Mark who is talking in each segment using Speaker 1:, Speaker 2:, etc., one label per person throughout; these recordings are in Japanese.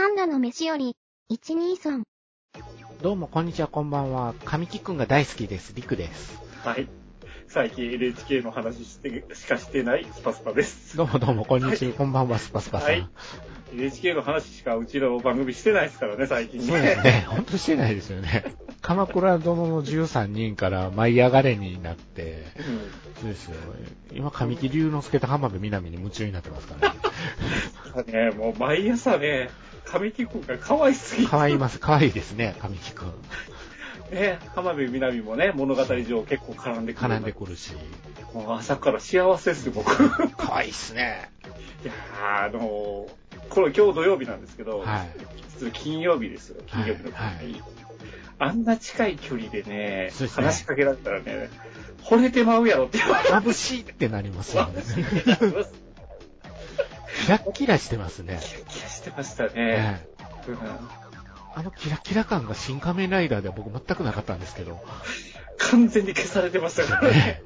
Speaker 1: ンナの飯より、123。
Speaker 2: どうも、こんにちは、こんばんは。神木くんが大好きです。りくです。
Speaker 3: はい。最近 NHK の話してしかしてないスパスパです。
Speaker 2: どうもどうも、こんにち
Speaker 3: は
Speaker 2: は、こんばんは、スパスパさん。
Speaker 3: はい NHK の話しかうちの番組してないですからね、最近
Speaker 2: そうです ね。ほんとしてないですよね。鎌倉殿の13人から舞い上がれになって、
Speaker 3: うん
Speaker 2: そうですよ。今、神木隆之介と浜辺美波に夢中になってますから、ね。
Speaker 3: ね、もう毎朝ね、神木君が可愛すぎて
Speaker 2: かわいます、かわいいですね、神木くん。
Speaker 3: ね、浜辺美波もね、物語上結構絡んでくる。
Speaker 2: 絡んでくるし。
Speaker 3: もう朝から幸せですよ、僕。い
Speaker 2: かわいいっすね。
Speaker 3: やーあのーこれ今日土曜日なんですけど、
Speaker 2: はい。
Speaker 3: 実は金曜日ですよ、金曜日の時に、
Speaker 2: はいはい
Speaker 3: あんな近い距離でね、
Speaker 2: そうですね
Speaker 3: 話しかけられたらね、惚れてまうやろって言われて
Speaker 2: 眩しいってなりますよね。
Speaker 3: ます。
Speaker 2: キラッキラしてますね。
Speaker 3: キラキラしてました
Speaker 2: え
Speaker 3: ね。
Speaker 2: え
Speaker 3: うん
Speaker 2: あのキラキラ感が新仮面ライダーでは僕全くなかったんですけ ど。
Speaker 3: 完全に消されてましたからね。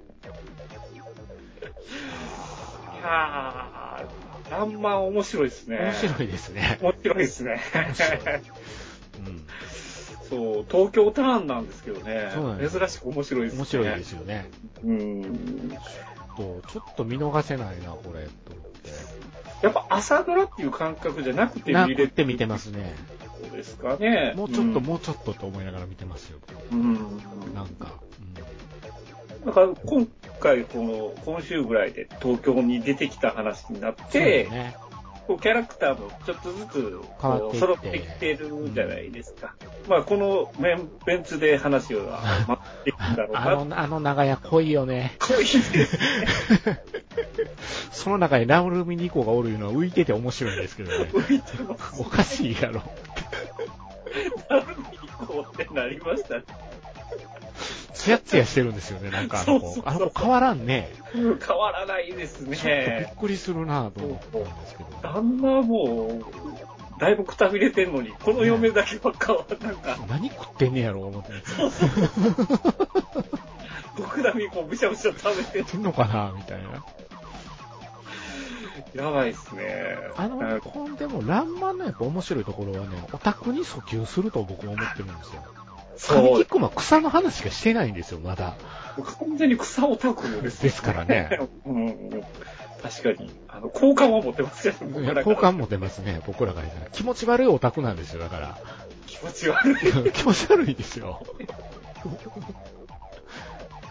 Speaker 3: いやー、らんまん面白いですね。
Speaker 2: 面白いですね。
Speaker 3: 面白いですね。
Speaker 2: 白いうん。
Speaker 3: そう、東京ターンなんですけどね
Speaker 2: そうなんで。す
Speaker 3: 珍しく面白いですね。
Speaker 2: 面白いで。すよね。
Speaker 3: うん。
Speaker 2: とちょっと見逃せないな、これ、と思っ
Speaker 3: やっぱ朝ドラっていう感覚じゃなく
Speaker 2: て。
Speaker 3: て
Speaker 2: な
Speaker 3: 見
Speaker 2: く
Speaker 3: れ
Speaker 2: って見てますね。
Speaker 3: そうですかね。
Speaker 2: もうちょっと、
Speaker 3: ん
Speaker 2: もうちょっとと思いながら見てますよ。
Speaker 3: うん。
Speaker 2: なんか。
Speaker 3: だから今回、この、今週ぐらいで東京に出てきた話になっ
Speaker 2: うん、
Speaker 3: て、
Speaker 2: そうね。
Speaker 3: こうキャラクターもちょっとずつ
Speaker 2: 変わっ
Speaker 3: こ
Speaker 2: ていって
Speaker 3: う揃ってきてるじゃないですか。まあ、このメンベンツで話を待っていくんだろう
Speaker 2: あ
Speaker 3: な。
Speaker 2: の、あの長屋濃いよね。
Speaker 3: こういう
Speaker 2: その中にラウルミニコがおるいうのは浮いてて面白いんですけどね。
Speaker 3: 浮いてます。
Speaker 2: おかしいやろ。
Speaker 3: なるほどってなりましたね。
Speaker 2: ツヤツヤしてるんですよね、なんかあの子
Speaker 3: そうそうそう。
Speaker 2: あの子変わらんね。
Speaker 3: 変わらないです
Speaker 2: ちょっとび
Speaker 3: ね
Speaker 2: っ。くりするなぁと思ったんですけど。
Speaker 3: あんなもう、だいぶくたびれてんのに、この嫁だけは変わらなんか、
Speaker 2: 何食ってんねやろ、思って。
Speaker 3: 僕だけこう、ぶしゃぶしゃ食べてる。
Speaker 2: 食ってんのかなみたいな。
Speaker 3: やばいっすね。
Speaker 2: あの、
Speaker 3: なんか
Speaker 2: こんでも、ランマンのやっぱ面白いところはね、オタクに訴求すると僕は思ってるんですよ。
Speaker 3: そ
Speaker 2: 神
Speaker 3: う
Speaker 2: 木、君は草の話しかしてないんですよ、まだ。
Speaker 3: 完全に草オタクですよね
Speaker 2: ですから ね。
Speaker 3: うんうん確かに。あの、好感は持てますよ、ね、僕らから
Speaker 2: 好感も出ますね、僕らからしたら。気持ち悪いオタクなんですよ、だ から。
Speaker 3: 気持ち悪い。
Speaker 2: 気持ち悪いですよ。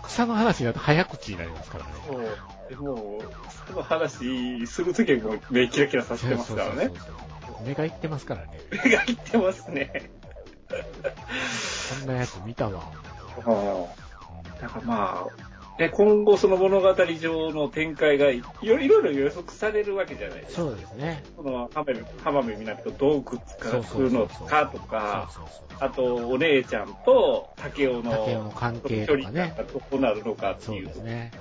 Speaker 2: 草の話になると早口になりますからね。
Speaker 3: そう。でも、その話するときはもう目キラキラさせてますからね
Speaker 2: そう。そうそうそう。目がいってますからね。
Speaker 3: 目がいってますね。
Speaker 2: こんなやつ見たわ。
Speaker 3: だからまあ、で、今後その物語上の展開がいろいろ予測されるわけじゃないですか。
Speaker 2: そうですね。
Speaker 3: この浜辺浜辺美波とどうくっつかくのかとか、
Speaker 2: そうそうそう。
Speaker 3: あと、お姉ちゃんと竹雄の
Speaker 2: 竹雄の関係
Speaker 3: 距
Speaker 2: とか
Speaker 3: 離
Speaker 2: ね
Speaker 3: 感がどうなるのかって
Speaker 2: そう
Speaker 3: いう
Speaker 2: ですね。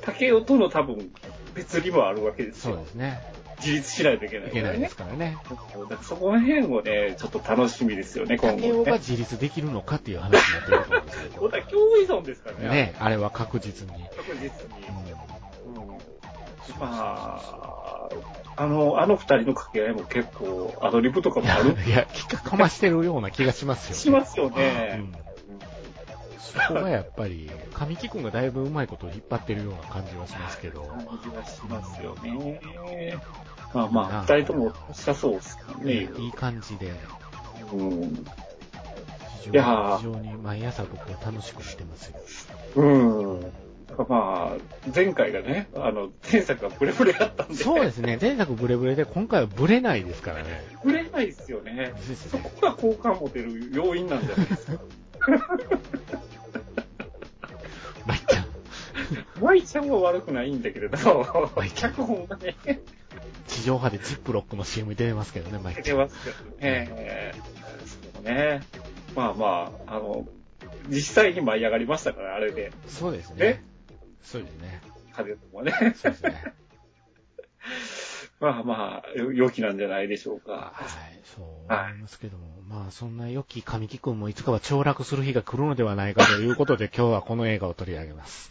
Speaker 3: 竹雄との多分、別にもあるわけです
Speaker 2: そう
Speaker 3: よ
Speaker 2: で。すね。
Speaker 3: 自立しないといけないいか
Speaker 2: け
Speaker 3: ら
Speaker 2: ないで
Speaker 3: ね
Speaker 2: す。からね。
Speaker 3: だからそこら辺をね、ちょっと楽しみですよね、今
Speaker 2: 竹
Speaker 3: 後
Speaker 2: 雄が
Speaker 3: ね。
Speaker 2: 自立できるのかっていう話になってると思うんです
Speaker 3: そうだ、
Speaker 2: け
Speaker 3: 共依存ですから
Speaker 2: ど。
Speaker 3: ね。
Speaker 2: ね、あれは確実に。
Speaker 3: 確実に
Speaker 2: う。ん
Speaker 3: うんまあ、あの、あの二人の掛け合いも結構アドリブとかもある
Speaker 2: いや、きっかかましてるような気がしますよね。
Speaker 3: しますよね。
Speaker 2: うんそこがやっぱり、神木君がだいぶうまいことを引っ張ってる ような感じはしますけど、
Speaker 3: 感じがしますよね。まあま
Speaker 2: な
Speaker 3: あ、
Speaker 2: んか
Speaker 3: 二人とも達者そうですからね。
Speaker 2: いい感じで、
Speaker 3: うん。
Speaker 2: 非
Speaker 3: いやー
Speaker 2: 常に非常に毎朝僕は楽しくしてますよ。
Speaker 3: うん。だからまあ、前回がね、あの、前作がブレブレだったんで、
Speaker 2: そうですね、前作ブレブレで、今回はブレないですからね。
Speaker 3: ブレないですよね。
Speaker 2: です
Speaker 3: そ
Speaker 2: ね
Speaker 3: こ。が好感持てる要因なんじゃないですか。
Speaker 2: まいっちゃん、
Speaker 3: ワイちゃんは悪くないんだけれど、
Speaker 2: ワイちゃん
Speaker 3: 脚本がね、
Speaker 2: 地上波でジップロックの CM に出てますけどね、まい
Speaker 3: 出
Speaker 2: ち
Speaker 3: て
Speaker 2: ゃん。
Speaker 3: ますけどね。えーそうね。まあまあ、あの、実際に舞い上がりましたから、あれで、
Speaker 2: そうですね。そうですね。
Speaker 3: 風ともね。
Speaker 2: そうですね。
Speaker 3: まあまあ、よ良きなんじゃないでしょうか。
Speaker 2: はい、そう思いますけども、まあそんな良き神木君もいつかは凋落する日が来るのではないかということで、今日はこの映画を取り上げます。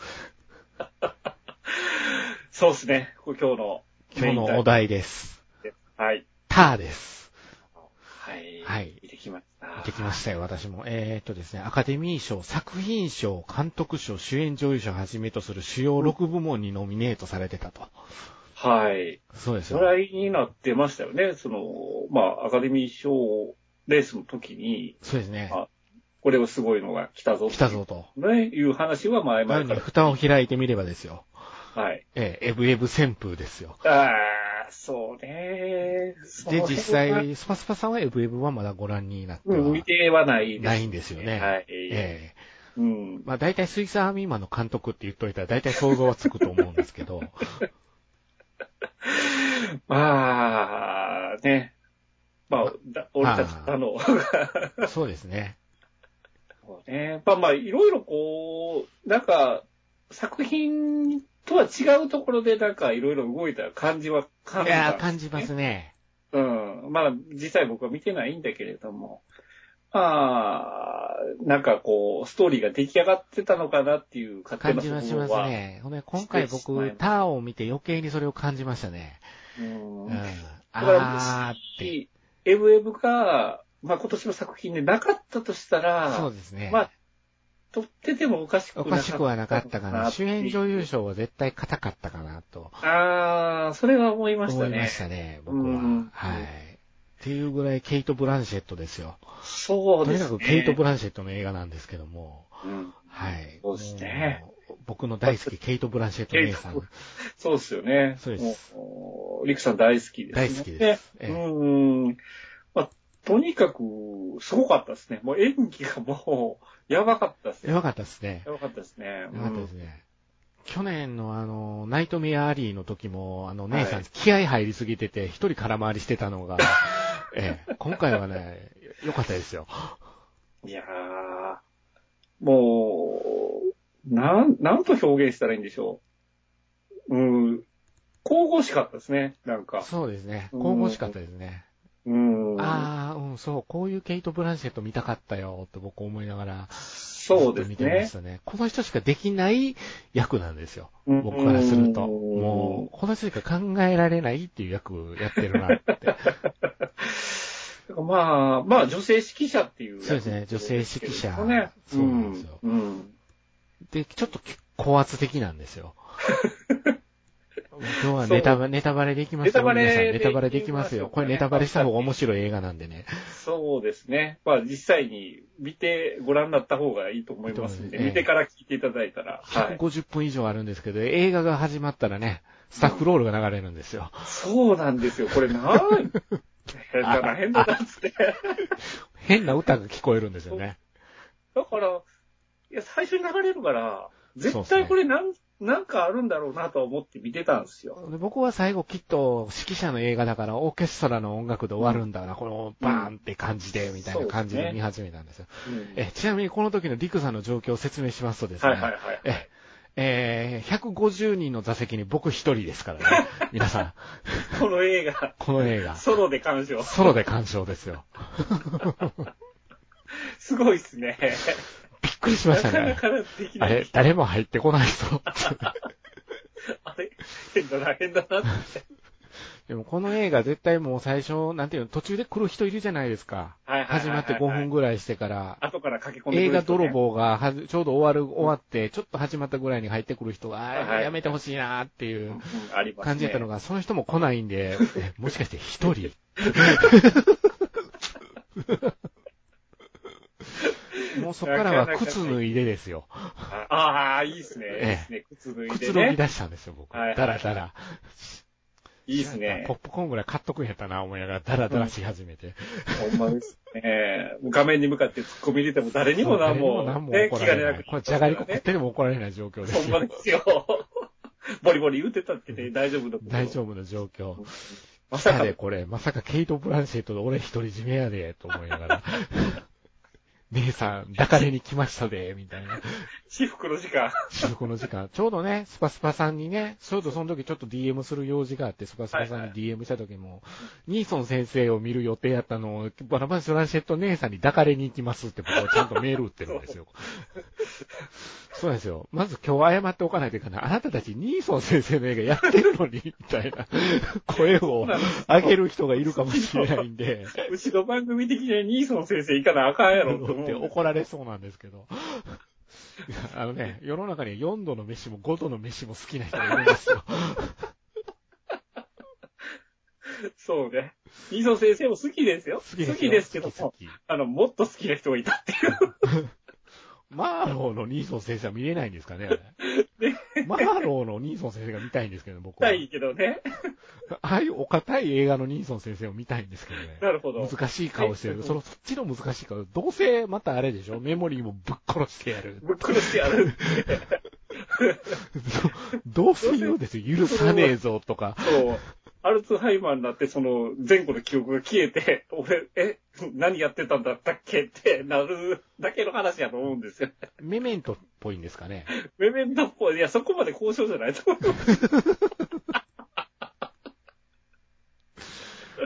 Speaker 3: そうですね。これ今日の
Speaker 2: 今日のお題です。
Speaker 3: メインタイトルです。はい。
Speaker 2: ターです。
Speaker 3: はい。
Speaker 2: はい
Speaker 3: 見てきました。
Speaker 2: 行ってきましたよ、私も。えーっとですね、アカデミー賞、作品賞、監督賞、主演女優賞をはじめとする主要6部門にノミネートされてたと。
Speaker 3: はい。
Speaker 2: そうです
Speaker 3: 話
Speaker 2: よ。
Speaker 3: 題になってましたよね。その、まあ、アカデミー賞レースの時に、
Speaker 2: そうですね。
Speaker 3: あこれはすごいのが来たぞ。
Speaker 2: 来た。ぞと。
Speaker 3: ね、いう話は
Speaker 2: な
Speaker 3: 前々
Speaker 2: の
Speaker 3: か
Speaker 2: に、
Speaker 3: ら。
Speaker 2: 蓋を開いてみればですよ。
Speaker 3: はい。
Speaker 2: えーエブエブ旋風ですよ。
Speaker 3: ああ、そうね。その
Speaker 2: で、
Speaker 3: 辺
Speaker 2: 実
Speaker 3: は
Speaker 2: 際、スパスパさんはエブエブはまだご覧になっては
Speaker 3: うん、見てはないです。
Speaker 2: ないんですよね。
Speaker 3: はい。
Speaker 2: え
Speaker 3: うん
Speaker 2: え。まあ大体水産アーミーマンの監督って言っといたら大体想像はつくと思うんです けど、
Speaker 3: まあ、ね。まあ、だ俺たち、
Speaker 2: あー
Speaker 3: あの、
Speaker 2: そうですね。
Speaker 3: そうね。まあまあ、いろいろこう、なんか、作品とは違うところで、なんかいろいろ動いた感じは感
Speaker 2: い
Speaker 3: じたんですね、
Speaker 2: やー感じますね。
Speaker 3: うん。まあ、実際僕は見てないんだけれども、まあ、なんかこう、ストーリーが出来上がってたのかなっていう勝手
Speaker 2: 感
Speaker 3: な
Speaker 2: じ
Speaker 3: 想
Speaker 2: はし
Speaker 3: 像
Speaker 2: ま
Speaker 3: は。
Speaker 2: すね。ほんで、今回
Speaker 3: してしまいま
Speaker 2: 僕
Speaker 3: す、
Speaker 2: ターを見て余計にそれを感じましたね。
Speaker 3: うん
Speaker 2: うん。あ
Speaker 3: だ
Speaker 2: ーって。
Speaker 3: エブエブが、まあ今年の作品でなかったとしたら、
Speaker 2: そうですね。
Speaker 3: まあ、撮っててもおかしく
Speaker 2: お
Speaker 3: な
Speaker 2: かしくはなかったかな。主演女優
Speaker 3: 賞。
Speaker 2: 賞は絶対硬かったかなと
Speaker 3: ああ、それは思いました
Speaker 2: 思
Speaker 3: ね。
Speaker 2: いましたね、僕
Speaker 3: うん
Speaker 2: は。はい。っていうぐらいケイト・ブランシェットですよ。
Speaker 3: そう
Speaker 2: と
Speaker 3: で
Speaker 2: に
Speaker 3: す
Speaker 2: か
Speaker 3: ね。
Speaker 2: くケイト・ブランシェットの映画なんですけども、
Speaker 3: うん
Speaker 2: はい。
Speaker 3: そうですね
Speaker 2: もう。僕の大好き、ケイト・ブランシェット姉さ
Speaker 3: ケイ
Speaker 2: ん。
Speaker 3: そうですよね。
Speaker 2: そうです
Speaker 3: もう。リクさん大好きです、ね。
Speaker 2: 大好きですええ
Speaker 3: うん。まあ、とにかく、すごかったですね。もう演技がもう、やばかったですね。
Speaker 2: やばかったですね。
Speaker 3: やばかったですね。
Speaker 2: やばかったですね。去年のあの、ナイトメアアリーの時も、あの、姉さ
Speaker 3: は
Speaker 2: ん
Speaker 3: い
Speaker 2: 気合入りすぎてて、一人空回りしてたの が、ええ、今回はね、良かったですよ。
Speaker 3: うんいやー、もう、なん、なんと表現したらいいんでしょう。うん。神々しかったですね。なんか。
Speaker 2: そうですね。
Speaker 3: うん
Speaker 2: 神々しかったですね。
Speaker 3: うん。
Speaker 2: ああ、うん、そう、こういうケイト・ブランシェット見たかったよ、って僕思いながら、
Speaker 3: そう
Speaker 2: ずっ
Speaker 3: です
Speaker 2: と見てま
Speaker 3: ね
Speaker 2: し。たね。この人しかできない役なんですよ。
Speaker 3: うん
Speaker 2: 僕からすると。
Speaker 3: うん
Speaker 2: もう、この人しか考えられないっていう役やってるなって。
Speaker 3: まあ、まあ、女性指揮者っていう、
Speaker 2: そうですね女性指揮者
Speaker 3: ね。
Speaker 2: そうなんですよ
Speaker 3: うん。うん
Speaker 2: で、ちょっと高圧的なんです よ。今日はネタバネタバレできますよ。
Speaker 3: ネタバレ
Speaker 2: 皆さん
Speaker 3: で
Speaker 2: ネタバレできますよ。これネタバレした方が面白い映画なんでね。
Speaker 3: そうですね。まあ、実際に見てご覧になった方がいいと思いますん
Speaker 2: いいと思
Speaker 3: で、
Speaker 2: います
Speaker 3: 見てから聞いていただいたら。はい。
Speaker 2: 150分以上あるんですけど、映画が始まったらね、スタッフロールが流れるんですよ。
Speaker 3: そうなんですよ。これな変だな、変だな、つ って。
Speaker 2: 変な歌が聞こえるんですよね。
Speaker 3: だから、いや、最初に流れるから、
Speaker 2: そう
Speaker 3: 絶
Speaker 2: ですね
Speaker 3: 対これなん、なんかあるんだろうなとは思って見てたんですよ。
Speaker 2: で僕は最後きっと指揮者の映画だからオーケストラの音楽で終わるんだな、このバーンって感じで、みたいな感じで見始めたんですよ。
Speaker 3: うん
Speaker 2: えちなみにこの時のリクさんの状況を説明しますとですね、
Speaker 3: はいはいはい。
Speaker 2: ええー150人の座席に僕一人ですから ね。皆さん、
Speaker 3: この映画、
Speaker 2: この映画、
Speaker 3: ソロで鑑賞。
Speaker 2: ソロで鑑賞ですよ。
Speaker 3: すごいっすね。
Speaker 2: びっくりしま
Speaker 3: な
Speaker 2: した
Speaker 3: かな
Speaker 2: ね。
Speaker 3: かで
Speaker 2: あ
Speaker 3: き ない
Speaker 2: れ、。誰も入ってこないぞ。
Speaker 3: あれ変だな、変だなって。
Speaker 2: でもこの映画絶対もう最初、なんていうの、途中で来る人いるじゃないですか。
Speaker 3: はい
Speaker 2: 始まって5分ぐらいしてから、
Speaker 3: 後から駆け込んで
Speaker 2: 映
Speaker 3: くる
Speaker 2: 画
Speaker 3: 人ね
Speaker 2: 泥棒がはずちょうど終わる、終わって、ちょっと始まったぐらいに入ってくる人が、あー
Speaker 3: はい
Speaker 2: やめてほしいなーっていううん
Speaker 3: うんありますね。
Speaker 2: 感じやったのが、その人も来ないん で、えもしかして一人もうそこからは靴脱いでですよ。
Speaker 3: ああ、いいですね。いい
Speaker 2: ええ
Speaker 3: ですね。靴脱い
Speaker 2: 靴
Speaker 3: で
Speaker 2: 脱ぎ
Speaker 3: ね。
Speaker 2: 出したんですよ、僕。
Speaker 3: はい
Speaker 2: だらだら。
Speaker 3: いいです
Speaker 2: なんか
Speaker 3: ね
Speaker 2: ポッ。プコーンぐらい買っとくんやったな、思いながら、だらだらし始めて。
Speaker 3: ほんまですね。画面に向かって突っ込み入れても誰にも何も、
Speaker 2: 何も
Speaker 3: ね、
Speaker 2: 怒
Speaker 3: 気
Speaker 2: ら
Speaker 3: が出
Speaker 2: れ
Speaker 3: な
Speaker 2: な
Speaker 3: く
Speaker 2: い。これ、じゃがりこ食っ
Speaker 3: ね。
Speaker 2: てでも怒られない状況で
Speaker 3: ほん
Speaker 2: す
Speaker 3: ま
Speaker 2: よ。
Speaker 3: ですよ。ボリボリ言ってたってね、大丈夫だ
Speaker 2: 大丈
Speaker 3: 夫。
Speaker 2: 夫な状況。
Speaker 3: まさ
Speaker 2: さ
Speaker 3: か
Speaker 2: で、これ、まさかケイト・ブランシェットで俺一人占めやで、と思いながら。姉さん、抱かれに来ましたで、みたいな。
Speaker 3: 私服の時間。
Speaker 2: この時間。 ちょうどね、スパスパさんにね、ちょうどその時ちょっと DM する用事があって、スパスパさんに DM した時も、ニーソン先生を見る予定やったのを、バラバラスランシェット姉さんに抱かれに行きますって僕はちゃんとメール打ってるんですよ。そうなんですよ。まず今日謝っておかないといけない。あなたたちニーソン先生の映画やってるのに、みたいな声を上げる人がいるかもしれないんで。
Speaker 3: うちの番組的にはニーソン先生行かなあかんやろって思
Speaker 2: って
Speaker 3: う。
Speaker 2: 怒られそうなんですけど。 いやあのね、世の中に4度の飯も5度の飯も好きな人がいるんです よ。
Speaker 3: そうね。ニーソン先生も好きですよ。
Speaker 2: 好きですよ
Speaker 3: けど
Speaker 2: 好
Speaker 3: も、
Speaker 2: き好き
Speaker 3: あの、もっと好きな人がいたっていう。
Speaker 2: マーローのニーソン先生は見れないんですかねマーローのニーソン先生が見たいんですけど、僕は
Speaker 3: た。いけどね。
Speaker 2: ああいうお堅い映画のニーソン先生を見たいんですけど ね。
Speaker 3: なるほど。
Speaker 2: 難しい顔してる。その、そっちの難しい顔。どうせまたあれでしょメモリーもぶっ殺してやる。
Speaker 3: ぶっ殺してや る。
Speaker 2: どうせ言うんですよ。許さねえぞとか。
Speaker 3: そう。アルツハイマーになって、その、前後の記憶が消えて、 俺、え、何やってたんだったっけってなるだけの話やと思う んですよ。
Speaker 2: メメントっぽいんですかね。
Speaker 3: メメントっぽい。いや、そこまで交渉じゃないと思う。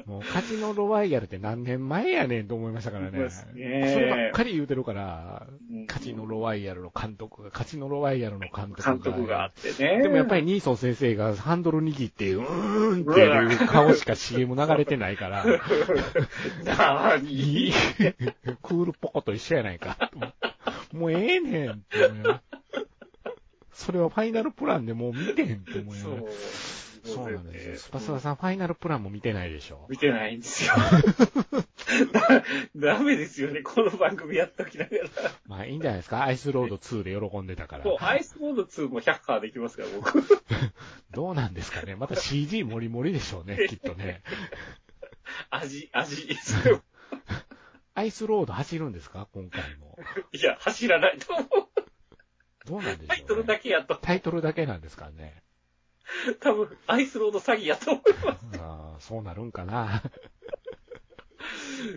Speaker 2: もうカジノロワイヤルって何年前やねんと思いましたから
Speaker 3: そう
Speaker 2: ね。
Speaker 3: ですね
Speaker 2: そればっかり言うてるから、
Speaker 3: うん
Speaker 2: カジノロワイヤルの監督が、カジノロワイヤルの監督が。
Speaker 3: 監督があってね。
Speaker 2: でもやっ ぱりニーソン先生がハンドル握って、うーんっていう顔しか CM 流れてない から、
Speaker 3: り、なーに。
Speaker 2: いいクールポコと一緒やないかと思って。もうええねんって思いながらそれはファイナルプランでもう見てへんって思いな
Speaker 3: そ
Speaker 2: がら
Speaker 3: う。
Speaker 2: そうなんですよ。スパス
Speaker 3: う
Speaker 2: パ
Speaker 3: ん
Speaker 2: さん、ファイナルプランも見てないでしょ。
Speaker 3: 見てないん ですよ。だダメですよね、この番組やっときながら。
Speaker 2: まあいいんじゃないですか。アイスロード2で喜んでたから。
Speaker 3: そう、アイスボード2も100カーできますから、僕。
Speaker 2: どうなんですかね。また CG もりもりでしょうね、 きっとね。
Speaker 3: 味、 味。それも
Speaker 2: アイスロード走るんですか今回も。
Speaker 3: いや、走らないと思う。
Speaker 2: どうなんでしょう、ね、
Speaker 3: タイトルだけやと。
Speaker 2: タイトルだけなんですかね。
Speaker 3: 多分、アイスロード詐欺やと思う。
Speaker 2: あーそうなるんかな。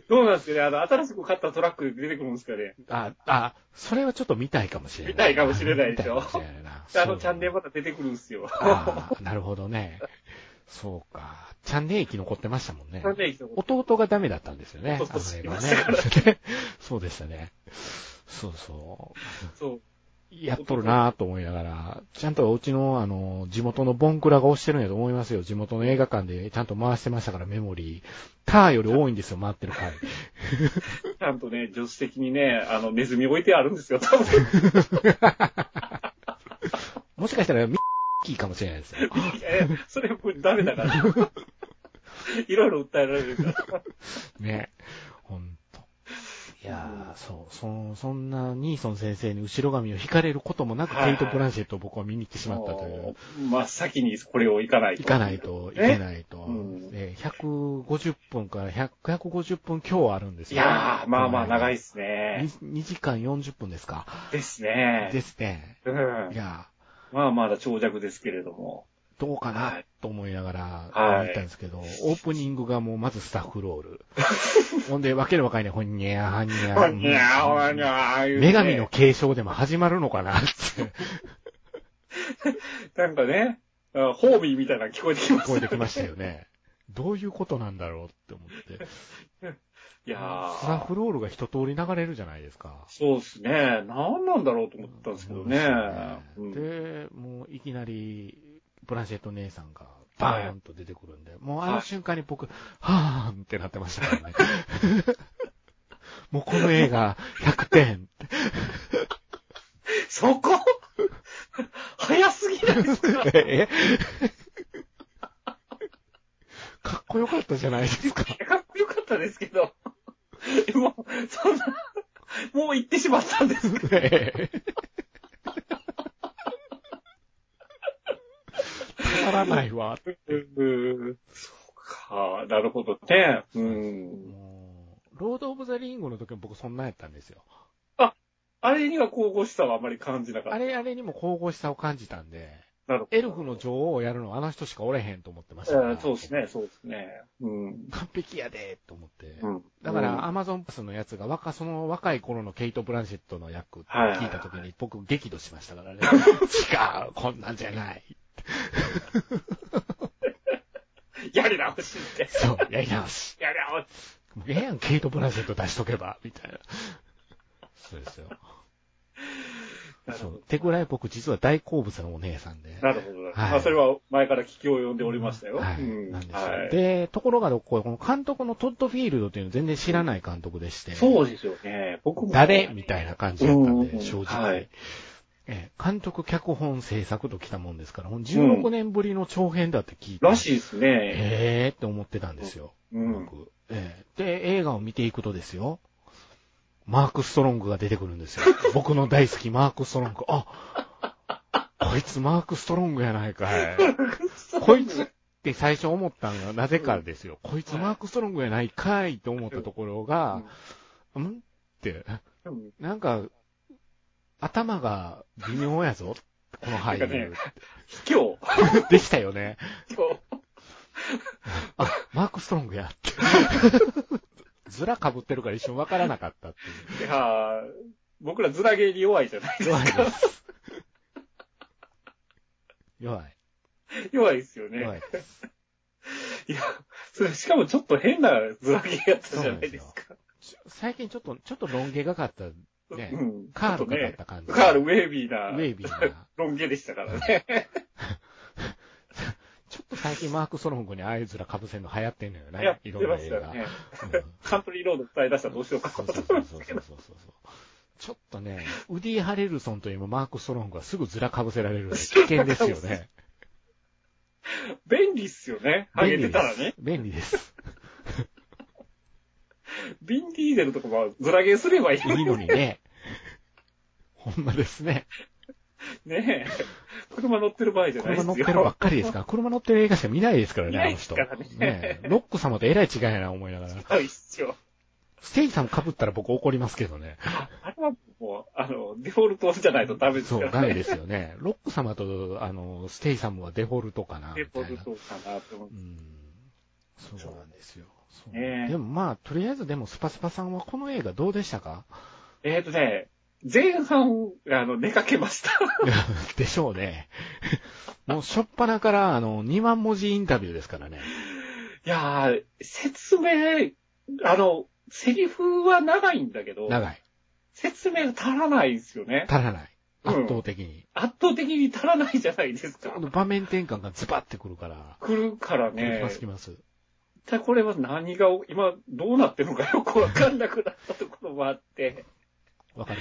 Speaker 3: どうなんですかね、あの、新しく買ったトラックで出てくるんですかね。
Speaker 2: あ、あ、それはちょっと見たいかもしれない。
Speaker 3: 見たいかもしれないでしょ
Speaker 2: 見たいかもしれないな。
Speaker 3: あの、チャンネル
Speaker 2: も。
Speaker 3: また出てくるんですよ。
Speaker 2: あーなるほどね。そうか。チャンネル生き残ってましたもんね
Speaker 3: チ。ャンネル一言
Speaker 2: 弟がダメだったんですよね。
Speaker 3: 弟
Speaker 2: あの映画
Speaker 3: 死にま
Speaker 2: ね。そうでしたね。そうそう。
Speaker 3: そう。
Speaker 2: やっとるなぁと思いながら、ちゃんとうちの、あの、地元のボンクラが押してるんやと思いますよ。地元の映画館でちゃんと回してましたから、メモリー。ターより多いんですよ、回ってる回。
Speaker 3: ちゃんとね、助手席にね、あの、ネズミ置いてあるんですよ、多分。
Speaker 2: もしかしたら、ミッキーかもしれないです よ。
Speaker 3: いやいや、それもうダメだ から。いろいろ訴えられるから。
Speaker 2: ね。ほんと。いやー、そう、そ、そんなニーソン先生に後ろ髪を引かれることもなく、
Speaker 3: はい
Speaker 2: ケイト・ブランシェットを僕は見に行ってしまったという。
Speaker 3: まあ、先にこれを行かないと。
Speaker 2: 行かない。といけないと
Speaker 3: う。ん
Speaker 2: で150分から100 150分強あるんです
Speaker 3: い
Speaker 2: よ。
Speaker 3: やー、まあまあ長い
Speaker 2: っ
Speaker 3: っすね。
Speaker 2: 2時間40分ですか。
Speaker 3: ですね。
Speaker 2: ですね。
Speaker 3: うん。
Speaker 2: いや、
Speaker 3: まあまだ長尺ですけれども。
Speaker 2: どうか
Speaker 3: は
Speaker 2: ないと思いながら
Speaker 3: はい
Speaker 2: 見たんですけど、オープニングがもうまずスタッフロー ル。ほんで、わけのわかんない、ほんにゃー、はんにゃー。
Speaker 3: にゃー、ほにゃー、言うて
Speaker 2: 女神の。継承でも始まるのかなって
Speaker 3: なんかね、あホーミーみたいなの聞こえてきま
Speaker 2: 聞
Speaker 3: す。
Speaker 2: こえてきましたよね。どういうことなんだろうって思って。
Speaker 3: いや
Speaker 2: スタッ
Speaker 3: ー。
Speaker 2: フロールが一通り流れるじゃないですか。
Speaker 3: そうっすね。何なんだろうと思ったんですけどね。
Speaker 2: そう
Speaker 3: うん
Speaker 2: ですよねで、もういきなり、ブランシェット姉さんが、バーンと出てくるんで、もうあの瞬間に僕、はーんってなってましたからね。 もうこの映画、100点。
Speaker 3: そこ 早すぎないですか
Speaker 2: えかっこよかったじゃないですか。
Speaker 3: かっこよかったですけど、もう、そんな、もう行ってしまったんです。
Speaker 2: ええ たまらないわ。
Speaker 3: うん、そうか、なるほどね。うん。
Speaker 2: もう、ロード・オブ・ザ・リングの時も僕そんなんやったんですよ。
Speaker 3: あれには神々しさはあまり感じなか
Speaker 2: あ
Speaker 3: っ
Speaker 2: れあれにも神々しさを感じたんで、
Speaker 3: た。なるほど。
Speaker 2: エルフの女王をやるのはあの人しかおれへんと思ってましたから
Speaker 3: うんそうですね、そうですね。うん。
Speaker 2: 完璧やで、と思って。
Speaker 3: うん
Speaker 2: だから、アマゾンパスのやつが若、その若い頃のケイト・ブランシェットの役って聞いた時に僕激怒しましたからね。違うこんなんじゃない
Speaker 3: やり直しって。
Speaker 2: そう、やり直し。
Speaker 3: やり直し。
Speaker 2: もうええやん、ケイト・ブランシェット出しとけば、みたいな。そうですよ。
Speaker 3: なる
Speaker 2: そ
Speaker 3: ほ
Speaker 2: う。
Speaker 3: ど
Speaker 2: ってぐらい僕実は大好物のお姉さんで。
Speaker 3: なるほど。
Speaker 2: い
Speaker 3: まあ、それは前から聞き及んでおりましたよ。
Speaker 2: はい。
Speaker 3: うん
Speaker 2: なんですよ。
Speaker 3: はい
Speaker 2: で、ところがどっこい、この監督のトッド・フィールドっていうの全然知らない監督でして。
Speaker 3: そうですよね。僕も。
Speaker 2: 誰みたいな感じだったん
Speaker 3: うんうんう
Speaker 2: で、
Speaker 3: ん
Speaker 2: 正直。
Speaker 3: はい
Speaker 2: ええ監督、脚本、制作と来たもんですから、ほん16年ぶりの長編だって聞いて。
Speaker 3: らしいですね。
Speaker 2: ええって思ってたんですよ。
Speaker 3: うん。
Speaker 2: 僕ええで、映画を見ていくとですよ、マーク・ストロングが出てくるんですよ。僕の大好きマーク・ストロング。あこいつマーク・ストロングやないかい。こいつって最初思ったのがなぜかですよ。こいつマーク・ストロングやないかいと思ったところが、うんって、
Speaker 3: うん
Speaker 2: なんか、頭が微妙やぞ。この俳優。
Speaker 3: 卑怯。
Speaker 2: でしたよね。
Speaker 3: 卑怯。
Speaker 2: あ、マーク・ストロングやって。ずら被ってるから一瞬わからなかったっていう。
Speaker 3: いやー僕らズラゲーに弱いじゃない。
Speaker 2: 弱いです。 弱い。
Speaker 3: 弱いですよね。
Speaker 2: 弱いです。
Speaker 3: いや、それしかもちょっと変なズラゲーやったじゃないですか。
Speaker 2: ちょ最近ちょっと、ちょっとロン毛がかった、
Speaker 3: う
Speaker 2: ね
Speaker 3: ん。
Speaker 2: カール
Speaker 3: ちょっと
Speaker 2: がかっ
Speaker 3: ね。
Speaker 2: た感じ。
Speaker 3: カールウェービーな
Speaker 2: ウェイビーな。
Speaker 3: ロン毛でしたからね。
Speaker 2: ちょっと最近マーク・ストロングにああいうずら被せんの流行ってんのよ
Speaker 3: やっ
Speaker 2: ね。い
Speaker 3: て
Speaker 2: ろんな
Speaker 3: ま
Speaker 2: 映
Speaker 3: し
Speaker 2: 画。
Speaker 3: たよね。
Speaker 2: うん
Speaker 3: カントリーロード歌い出したらどうしようか
Speaker 2: そ
Speaker 3: と
Speaker 2: うそ
Speaker 3: 思
Speaker 2: う
Speaker 3: っ
Speaker 2: そう
Speaker 3: たん
Speaker 2: そうそう
Speaker 3: ですけど。
Speaker 2: そうそう。ちょっとね、ウディ・ハレルソンと今マーク・ストロングはすぐずらかぶせられるんで危険ですよね。
Speaker 3: 便利っすよね。ハ
Speaker 2: 便
Speaker 3: ゲ
Speaker 2: 利
Speaker 3: て
Speaker 2: で
Speaker 3: たら
Speaker 2: す。。
Speaker 3: ね
Speaker 2: 便利です。
Speaker 3: ビンディーゼルとかもズラゲーすればいい
Speaker 2: い
Speaker 3: の
Speaker 2: い
Speaker 3: に
Speaker 2: のにね。ほんまですね。
Speaker 3: ね。車乗ってる場合じゃないで
Speaker 2: 車乗
Speaker 3: すよ。
Speaker 2: ってるばっかりですから、車乗ってる映画しか見ないですから
Speaker 3: 見
Speaker 2: ね、
Speaker 3: な
Speaker 2: あ
Speaker 3: い
Speaker 2: の
Speaker 3: です
Speaker 2: 人。
Speaker 3: からね
Speaker 2: ねロック様とえらい違いやな思いながら。
Speaker 3: はい、一応。
Speaker 2: ステージさん被ったら僕怒りますけどね。
Speaker 3: あれはもう、あの、デフォルトじゃないとダメです
Speaker 2: そ
Speaker 3: か
Speaker 2: う、
Speaker 3: ら
Speaker 2: ダメですよね。ロック様と、あの、ステイサムはデフォルトかな。み
Speaker 3: デフ
Speaker 2: た
Speaker 3: ォ
Speaker 2: い
Speaker 3: ル
Speaker 2: な
Speaker 3: トかなと思って。
Speaker 2: うんそうなんですよ。そう
Speaker 3: ねえ
Speaker 2: でもまあ、とりあえずでもスパスパさんはこの映画どうでした か
Speaker 3: えっ、とね、前半、あの、寝かけました。
Speaker 2: でしょうね。もう、しょっぱなから、あの、2万文字インタビューですからね。
Speaker 3: いやー、説明、あの、セリフは長いんだけど、
Speaker 2: 長い。
Speaker 3: 説明が足らないですよね。
Speaker 2: 足らない。
Speaker 3: うん
Speaker 2: 圧倒的に。
Speaker 3: 圧倒的に足らないじゃないですか。
Speaker 2: 場面転換がズバってくるから、
Speaker 3: 来るから
Speaker 2: 来
Speaker 3: ね
Speaker 2: ま。す来ます。
Speaker 3: 一体これは何が、今どうなってるのかよくわかんなくなったところもあって、
Speaker 2: わかる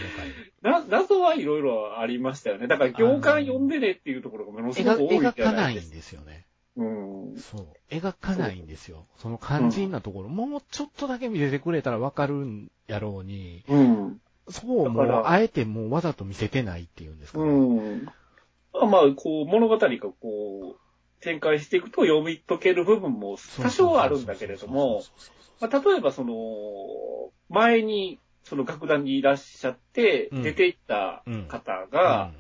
Speaker 2: わかる。
Speaker 3: な、謎はいろいろありましたよね。だから行間読んでねっていうところがものすごく多いじ
Speaker 2: 描か
Speaker 3: ゃ
Speaker 2: な
Speaker 3: な
Speaker 2: い
Speaker 3: いで
Speaker 2: ん
Speaker 3: すか。
Speaker 2: ですよね。
Speaker 3: うん。
Speaker 2: そう。描かないんですよ。その肝心なところ、もうちょっとだけ見せてくれたらわかるんやろうに、
Speaker 3: うん。
Speaker 2: そう、も
Speaker 3: だか
Speaker 2: う、
Speaker 3: ら
Speaker 2: あえてもうわざと見せてないっていうんですかね。
Speaker 3: うん。まあ、こう、物語がこう、展開していくと読み解ける部分も多少はあるんだけれども、まあ、例えばその、前に、その楽団にいらっしゃって、
Speaker 2: うん
Speaker 3: 出ていった方が、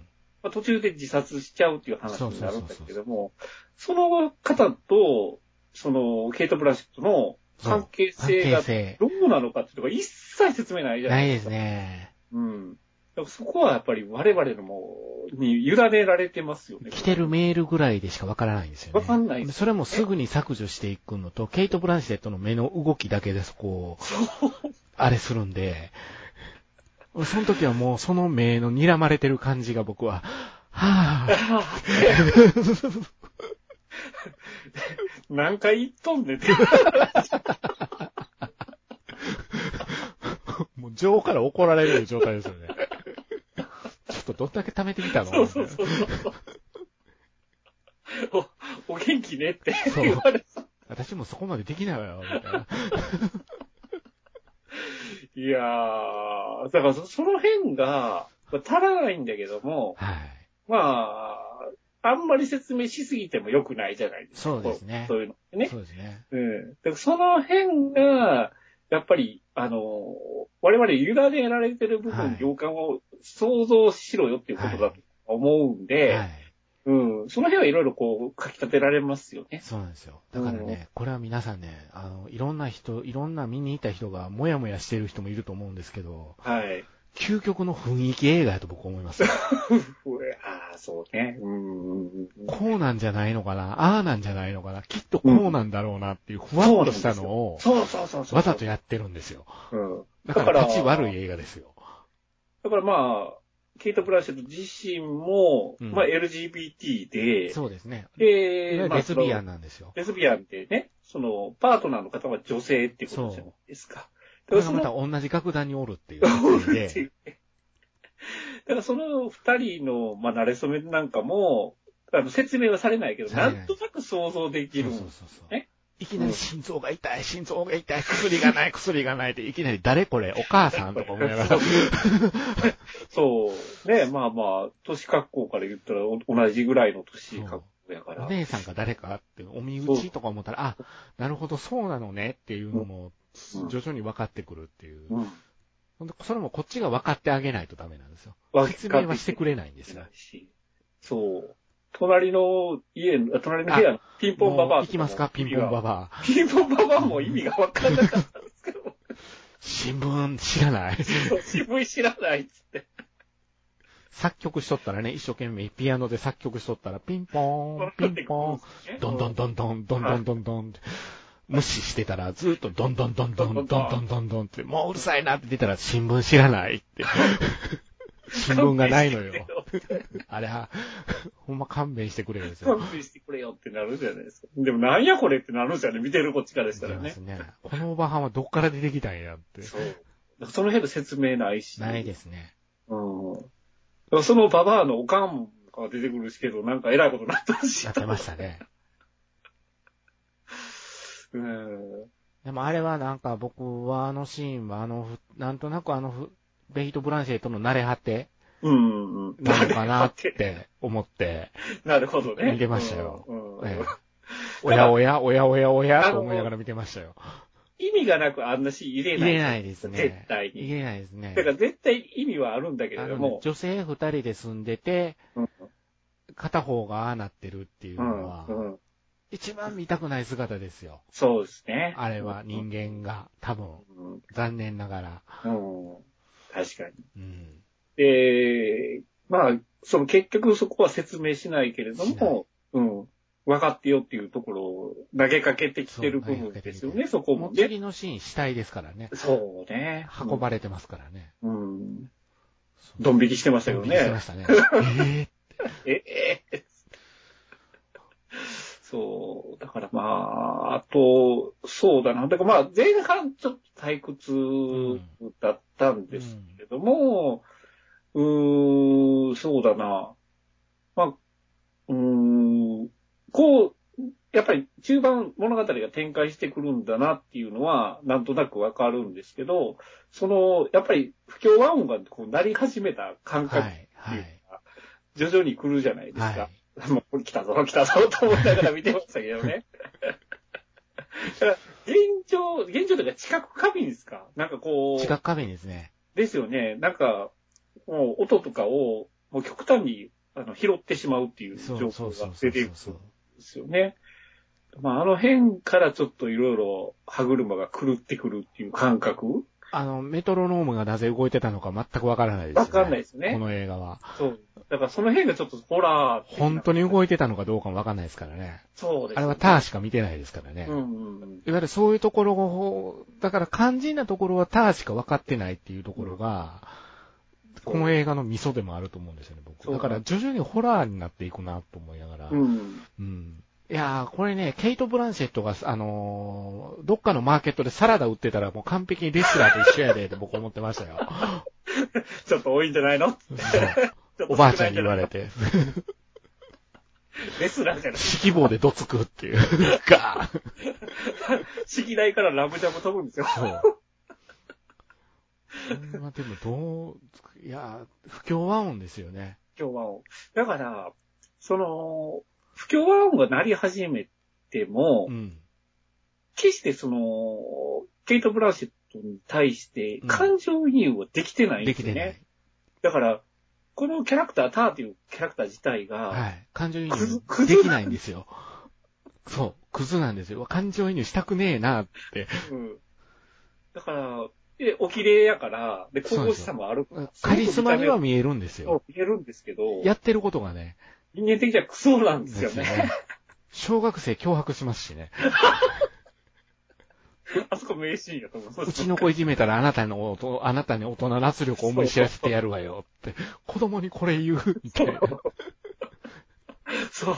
Speaker 3: まあ、途中で自殺しちゃうっていう話になるんだけれども、その方と、その、ケイト・ブラシットの関係
Speaker 2: 関
Speaker 3: 性
Speaker 2: 係
Speaker 3: が
Speaker 2: 性。
Speaker 3: どうなのかっていうのが一切説明ないじゃな
Speaker 2: ないい
Speaker 3: で
Speaker 2: ですす
Speaker 3: か。
Speaker 2: ね。
Speaker 3: うん。だからそこはやっぱり我々のもう、に委ねられてますよね。
Speaker 2: 来て るメールぐらいでしかわからないんですよね。
Speaker 3: わかんないです
Speaker 2: それもすぐに削除していくのと、ケイト・ブランシェットの目の動きだけでそこを、あれするんで、俺その時はもうその目の睨まれてる感じが僕は、はぁ、
Speaker 3: 何回言っと んねんって。
Speaker 2: もう情から怒られる状態ですよね。ちょっとどんだけ貯めてきたの
Speaker 3: そうそうそうそう。お、お元気ねって
Speaker 2: そう
Speaker 3: 言われた。
Speaker 2: 私もそこまでできないわよ、みたいな。
Speaker 3: いやー、だからそその辺が、まあ足らないんだけども、
Speaker 2: はい。
Speaker 3: まあ、あんまり説明しすぎても良くないじゃないですか。
Speaker 2: そうですね
Speaker 3: こそういうのってね。
Speaker 2: そうですね。
Speaker 3: うん。だからその辺が、やっぱり、あのー、我々委ねられてる部
Speaker 2: は
Speaker 3: 分、
Speaker 2: い
Speaker 3: 行間を想像しろよっていうことだと思うんで、
Speaker 2: はい。
Speaker 3: うん。その辺はいろいろこう、書き立てられますよね。
Speaker 2: そうなんですよ。だからね、これは皆さんね、あの、いろんな人、いろんな見に行った人が、もやもやしてる人もいると思うんですけど、
Speaker 3: はい。
Speaker 2: 究極の雰囲気映画やと僕思い ます。
Speaker 3: ああ、そうね。うん。
Speaker 2: こうなんじゃないのかな、ああなんじゃないのかな、きっとこうなんだろうなっていう、ふわっとしたのを、
Speaker 3: そうそうそうそう。
Speaker 2: わざとやってるんですよ。
Speaker 3: うん。
Speaker 2: だから、立ち悪い映画ですよ。
Speaker 3: だからまあ、ケイト・ブランシェット自身も、
Speaker 2: うん
Speaker 3: まあ LGBT で、
Speaker 2: そうですね。いわゆ
Speaker 3: で、
Speaker 2: る
Speaker 3: まあ
Speaker 2: レズビア
Speaker 3: そ
Speaker 2: ンなんですよ
Speaker 3: の。レズビアンでね、その、パートナーの方は女性っていうことじゃないですか。
Speaker 2: こ
Speaker 3: だ
Speaker 2: れ
Speaker 3: か
Speaker 2: が
Speaker 3: ら
Speaker 2: ま
Speaker 3: そ
Speaker 2: た
Speaker 3: の、
Speaker 2: 同じ楽団におるっていう設 定で。
Speaker 3: だからその二人の、まあ、慣れ初めなんかも、あの、説明はされないけど、
Speaker 2: され
Speaker 3: な
Speaker 2: ない
Speaker 3: んとなく想像でき
Speaker 2: そう
Speaker 3: る。
Speaker 2: そうそうそう
Speaker 3: ね
Speaker 2: いきなり心臓が痛い、心臓が痛い、薬がない、薬がないって、いきなり誰これ、お母さんとか思いながら。
Speaker 3: そう。ね、まあまあ、年格好から言ったらお同じぐらいの年格好やか
Speaker 2: お
Speaker 3: ら。
Speaker 2: 姉さんか誰かって、お身内とか思ったら、あ、なるほど、そうなのねっていうのも、
Speaker 3: うん
Speaker 2: 徐々に分かってくるっていう。
Speaker 3: うん。
Speaker 2: ほんでそれもこっちが分かってあげないとダメなんですよ。
Speaker 3: わ
Speaker 2: 説明はしてくれないんですよ
Speaker 3: な。いし。そう。隣の家の、あ隣の部屋のピンポンババア
Speaker 2: もう行きますか、ピンポンバ
Speaker 3: バ
Speaker 2: バア。
Speaker 3: ア。ピンポンババアも意味がわかんなかったんですけど、
Speaker 2: 新聞知らない。
Speaker 3: 渋い知らないっつって。
Speaker 2: 作曲しとったらね、一生懸命ピアノで作曲しとったら、ピンポーン、ピンポーン、どんどんどんどん、どんどんどんどんって、無視してたらずっとどんどんどんどん、どんどんどんどんって、もううるさいなって出たら新聞知らないって。新聞がないのよ。あれは、ほんま勘弁してくれるんですよ
Speaker 3: 勘。弁してくれよってなるじゃないですか。でもなんやこれってなるんですよね。見てるこっちからでしたら
Speaker 2: いま
Speaker 3: ね
Speaker 2: す。ね。このおばはんはどっから出てきたんやって。
Speaker 3: そう。だからその辺の説明ないし。
Speaker 2: ないですね。
Speaker 3: うん。だからそのババアのおかんが出てくるしけど、なんか偉いことになったし。
Speaker 2: やってましたね。
Speaker 3: うん。
Speaker 2: でもあれはなんか僕はあのシーンはあのふ、なんとなくあのふ、ベヒト・ブランシェとの慣れ果て
Speaker 3: うんうん。
Speaker 2: なのかなって思って、
Speaker 3: なるほどね。
Speaker 2: 見てましたよ
Speaker 3: うんうん
Speaker 2: ええおやおや、おやおやお
Speaker 3: あ
Speaker 2: や
Speaker 3: の
Speaker 2: と思いながら見てましたよ。
Speaker 3: 意味がなくあんなシーン入れ
Speaker 2: 入
Speaker 3: ない。
Speaker 2: れないですね。
Speaker 3: 絶対に。
Speaker 2: 入れないですね。
Speaker 3: だから絶対意味はあるんだけれ
Speaker 2: あの
Speaker 3: ど
Speaker 2: ね
Speaker 3: も、
Speaker 2: 女性二人で住んでて、
Speaker 3: うん
Speaker 2: 片方がああなってるっていう
Speaker 3: う
Speaker 2: の
Speaker 3: ん
Speaker 2: は、
Speaker 3: うん、
Speaker 2: 一番見たくない姿ですよ。
Speaker 3: そうですね。
Speaker 2: あれは人間が、多分、
Speaker 3: うん、うん
Speaker 2: 残念ながら。
Speaker 3: 確かに。
Speaker 2: うん。
Speaker 3: で、まあ、その結局そこは説明しないけれど
Speaker 2: しない
Speaker 3: も、うん。分かってよっていうところを投げかけてきてる部分ですよね、そこ
Speaker 2: も
Speaker 3: も
Speaker 2: う
Speaker 3: ね。
Speaker 2: 次のシーン死体ですからね。
Speaker 3: そうね。
Speaker 2: 運ばれてますからね。
Speaker 3: うん。ドン引きしてましたけど
Speaker 2: ドン引きして
Speaker 3: ね
Speaker 2: ま。したね。え
Speaker 3: ええ。 そう。だからまあ、あと、そうだな。だからまあ、前半ちょっと退屈だったんですけども、うーん、そうだな。まあ、うーん、こう、やっぱり中盤物語が展開してくるんだなっていうのは、なんとなくわかるんですけど、その、やっぱり不協和音がこうなり始めた感
Speaker 2: ー、は
Speaker 3: 覚
Speaker 2: い、はい。
Speaker 3: 徐々に来るじゃないです
Speaker 2: は
Speaker 3: か。 もう来たぞ、来たぞと思いながら見てましたけどね。だから現状、現状というか近く過敏ですかなんか
Speaker 2: い。
Speaker 3: こ
Speaker 2: 知
Speaker 3: う、
Speaker 2: 覚過敏ですね。
Speaker 3: ですよね。なんか、もう音とかを、もう極端にあの拾ってしまうっていう
Speaker 2: そ
Speaker 3: 状
Speaker 2: うそう
Speaker 3: 況
Speaker 2: そ
Speaker 3: が
Speaker 2: うそ
Speaker 3: 出
Speaker 2: う
Speaker 3: てく
Speaker 2: そ
Speaker 3: るん
Speaker 2: う。
Speaker 3: ですよね。まあ、あの辺からちょっといろいろ歯車が狂ってくるっていう感覚
Speaker 2: あの、メトロノームがなぜ動いてたのか全くわからないです、ね。
Speaker 3: わかんないです
Speaker 2: こ
Speaker 3: ね。
Speaker 2: の映画は。
Speaker 3: そう。だからその辺がちょっとホラー的な。
Speaker 2: 本当に動いてたのかどうかもわかんないですからね。
Speaker 3: そうです、
Speaker 2: あれはターしか見てないですからね。
Speaker 3: うんうんうん。
Speaker 2: いわゆるそういうところを、だから肝心なところはターしか分かってないっていうところが、この映画のミソでもあると思うんですよね、僕。
Speaker 3: そう
Speaker 2: だ
Speaker 3: だ
Speaker 2: から徐々にホラーになっていくなと思いながら。
Speaker 3: うん。
Speaker 2: うんいやー、これね、ケイト・ブランシェットが、あのーどっかのマーケットでサラダ売ってたらもう完璧にレスラーと一緒やでって僕思ってましたよ。
Speaker 3: ちょっと多いんじゃないの
Speaker 2: そう
Speaker 3: ちょっと
Speaker 2: おばあちゃんに言わ
Speaker 3: れ
Speaker 2: れて、
Speaker 3: レスラーじゃない。
Speaker 2: 指揮棒でどつくっていう。ガー
Speaker 3: 式台からラブジャム飛ぶんですよ。
Speaker 2: そう。まあでも、どう、いやー、不協和音ですよね。
Speaker 3: 今日は。だから、その、不協和音が鳴り始めても、
Speaker 2: うん。
Speaker 3: 決してその、ケイト・ブランシェットに対して
Speaker 2: うん
Speaker 3: 感情移入はできてないん
Speaker 2: で
Speaker 3: で
Speaker 2: き
Speaker 3: す
Speaker 2: て
Speaker 3: よ
Speaker 2: な
Speaker 3: ね。
Speaker 2: い。
Speaker 3: だから、このキャラクター、ターっていうキャラクター自体が、
Speaker 2: はい。感情移
Speaker 3: くず
Speaker 2: 入
Speaker 3: くず
Speaker 2: できないんですよ。そう。クズなんですよ。感情移入したくねえなって。
Speaker 3: うん。だから、え、お綺麗やから、で、
Speaker 2: そうなんで
Speaker 3: 神々
Speaker 2: す
Speaker 3: し
Speaker 2: よ
Speaker 3: さもあるから。
Speaker 2: カリスマには
Speaker 3: 見
Speaker 2: 見えるんです
Speaker 3: え
Speaker 2: よ。
Speaker 3: るんですけど、
Speaker 2: やってることがね。
Speaker 3: 人間的にはクソなんです
Speaker 2: で
Speaker 3: よ
Speaker 2: すよ
Speaker 3: ね。
Speaker 2: ね。小学生脅迫しますしね。
Speaker 3: あそこ名シーンやと思う。
Speaker 2: うちの子いじめたらあなたのおと、あなたに大人の圧力を思い知らせてやるわよって。子供にこれ言うみたいな。
Speaker 3: そう。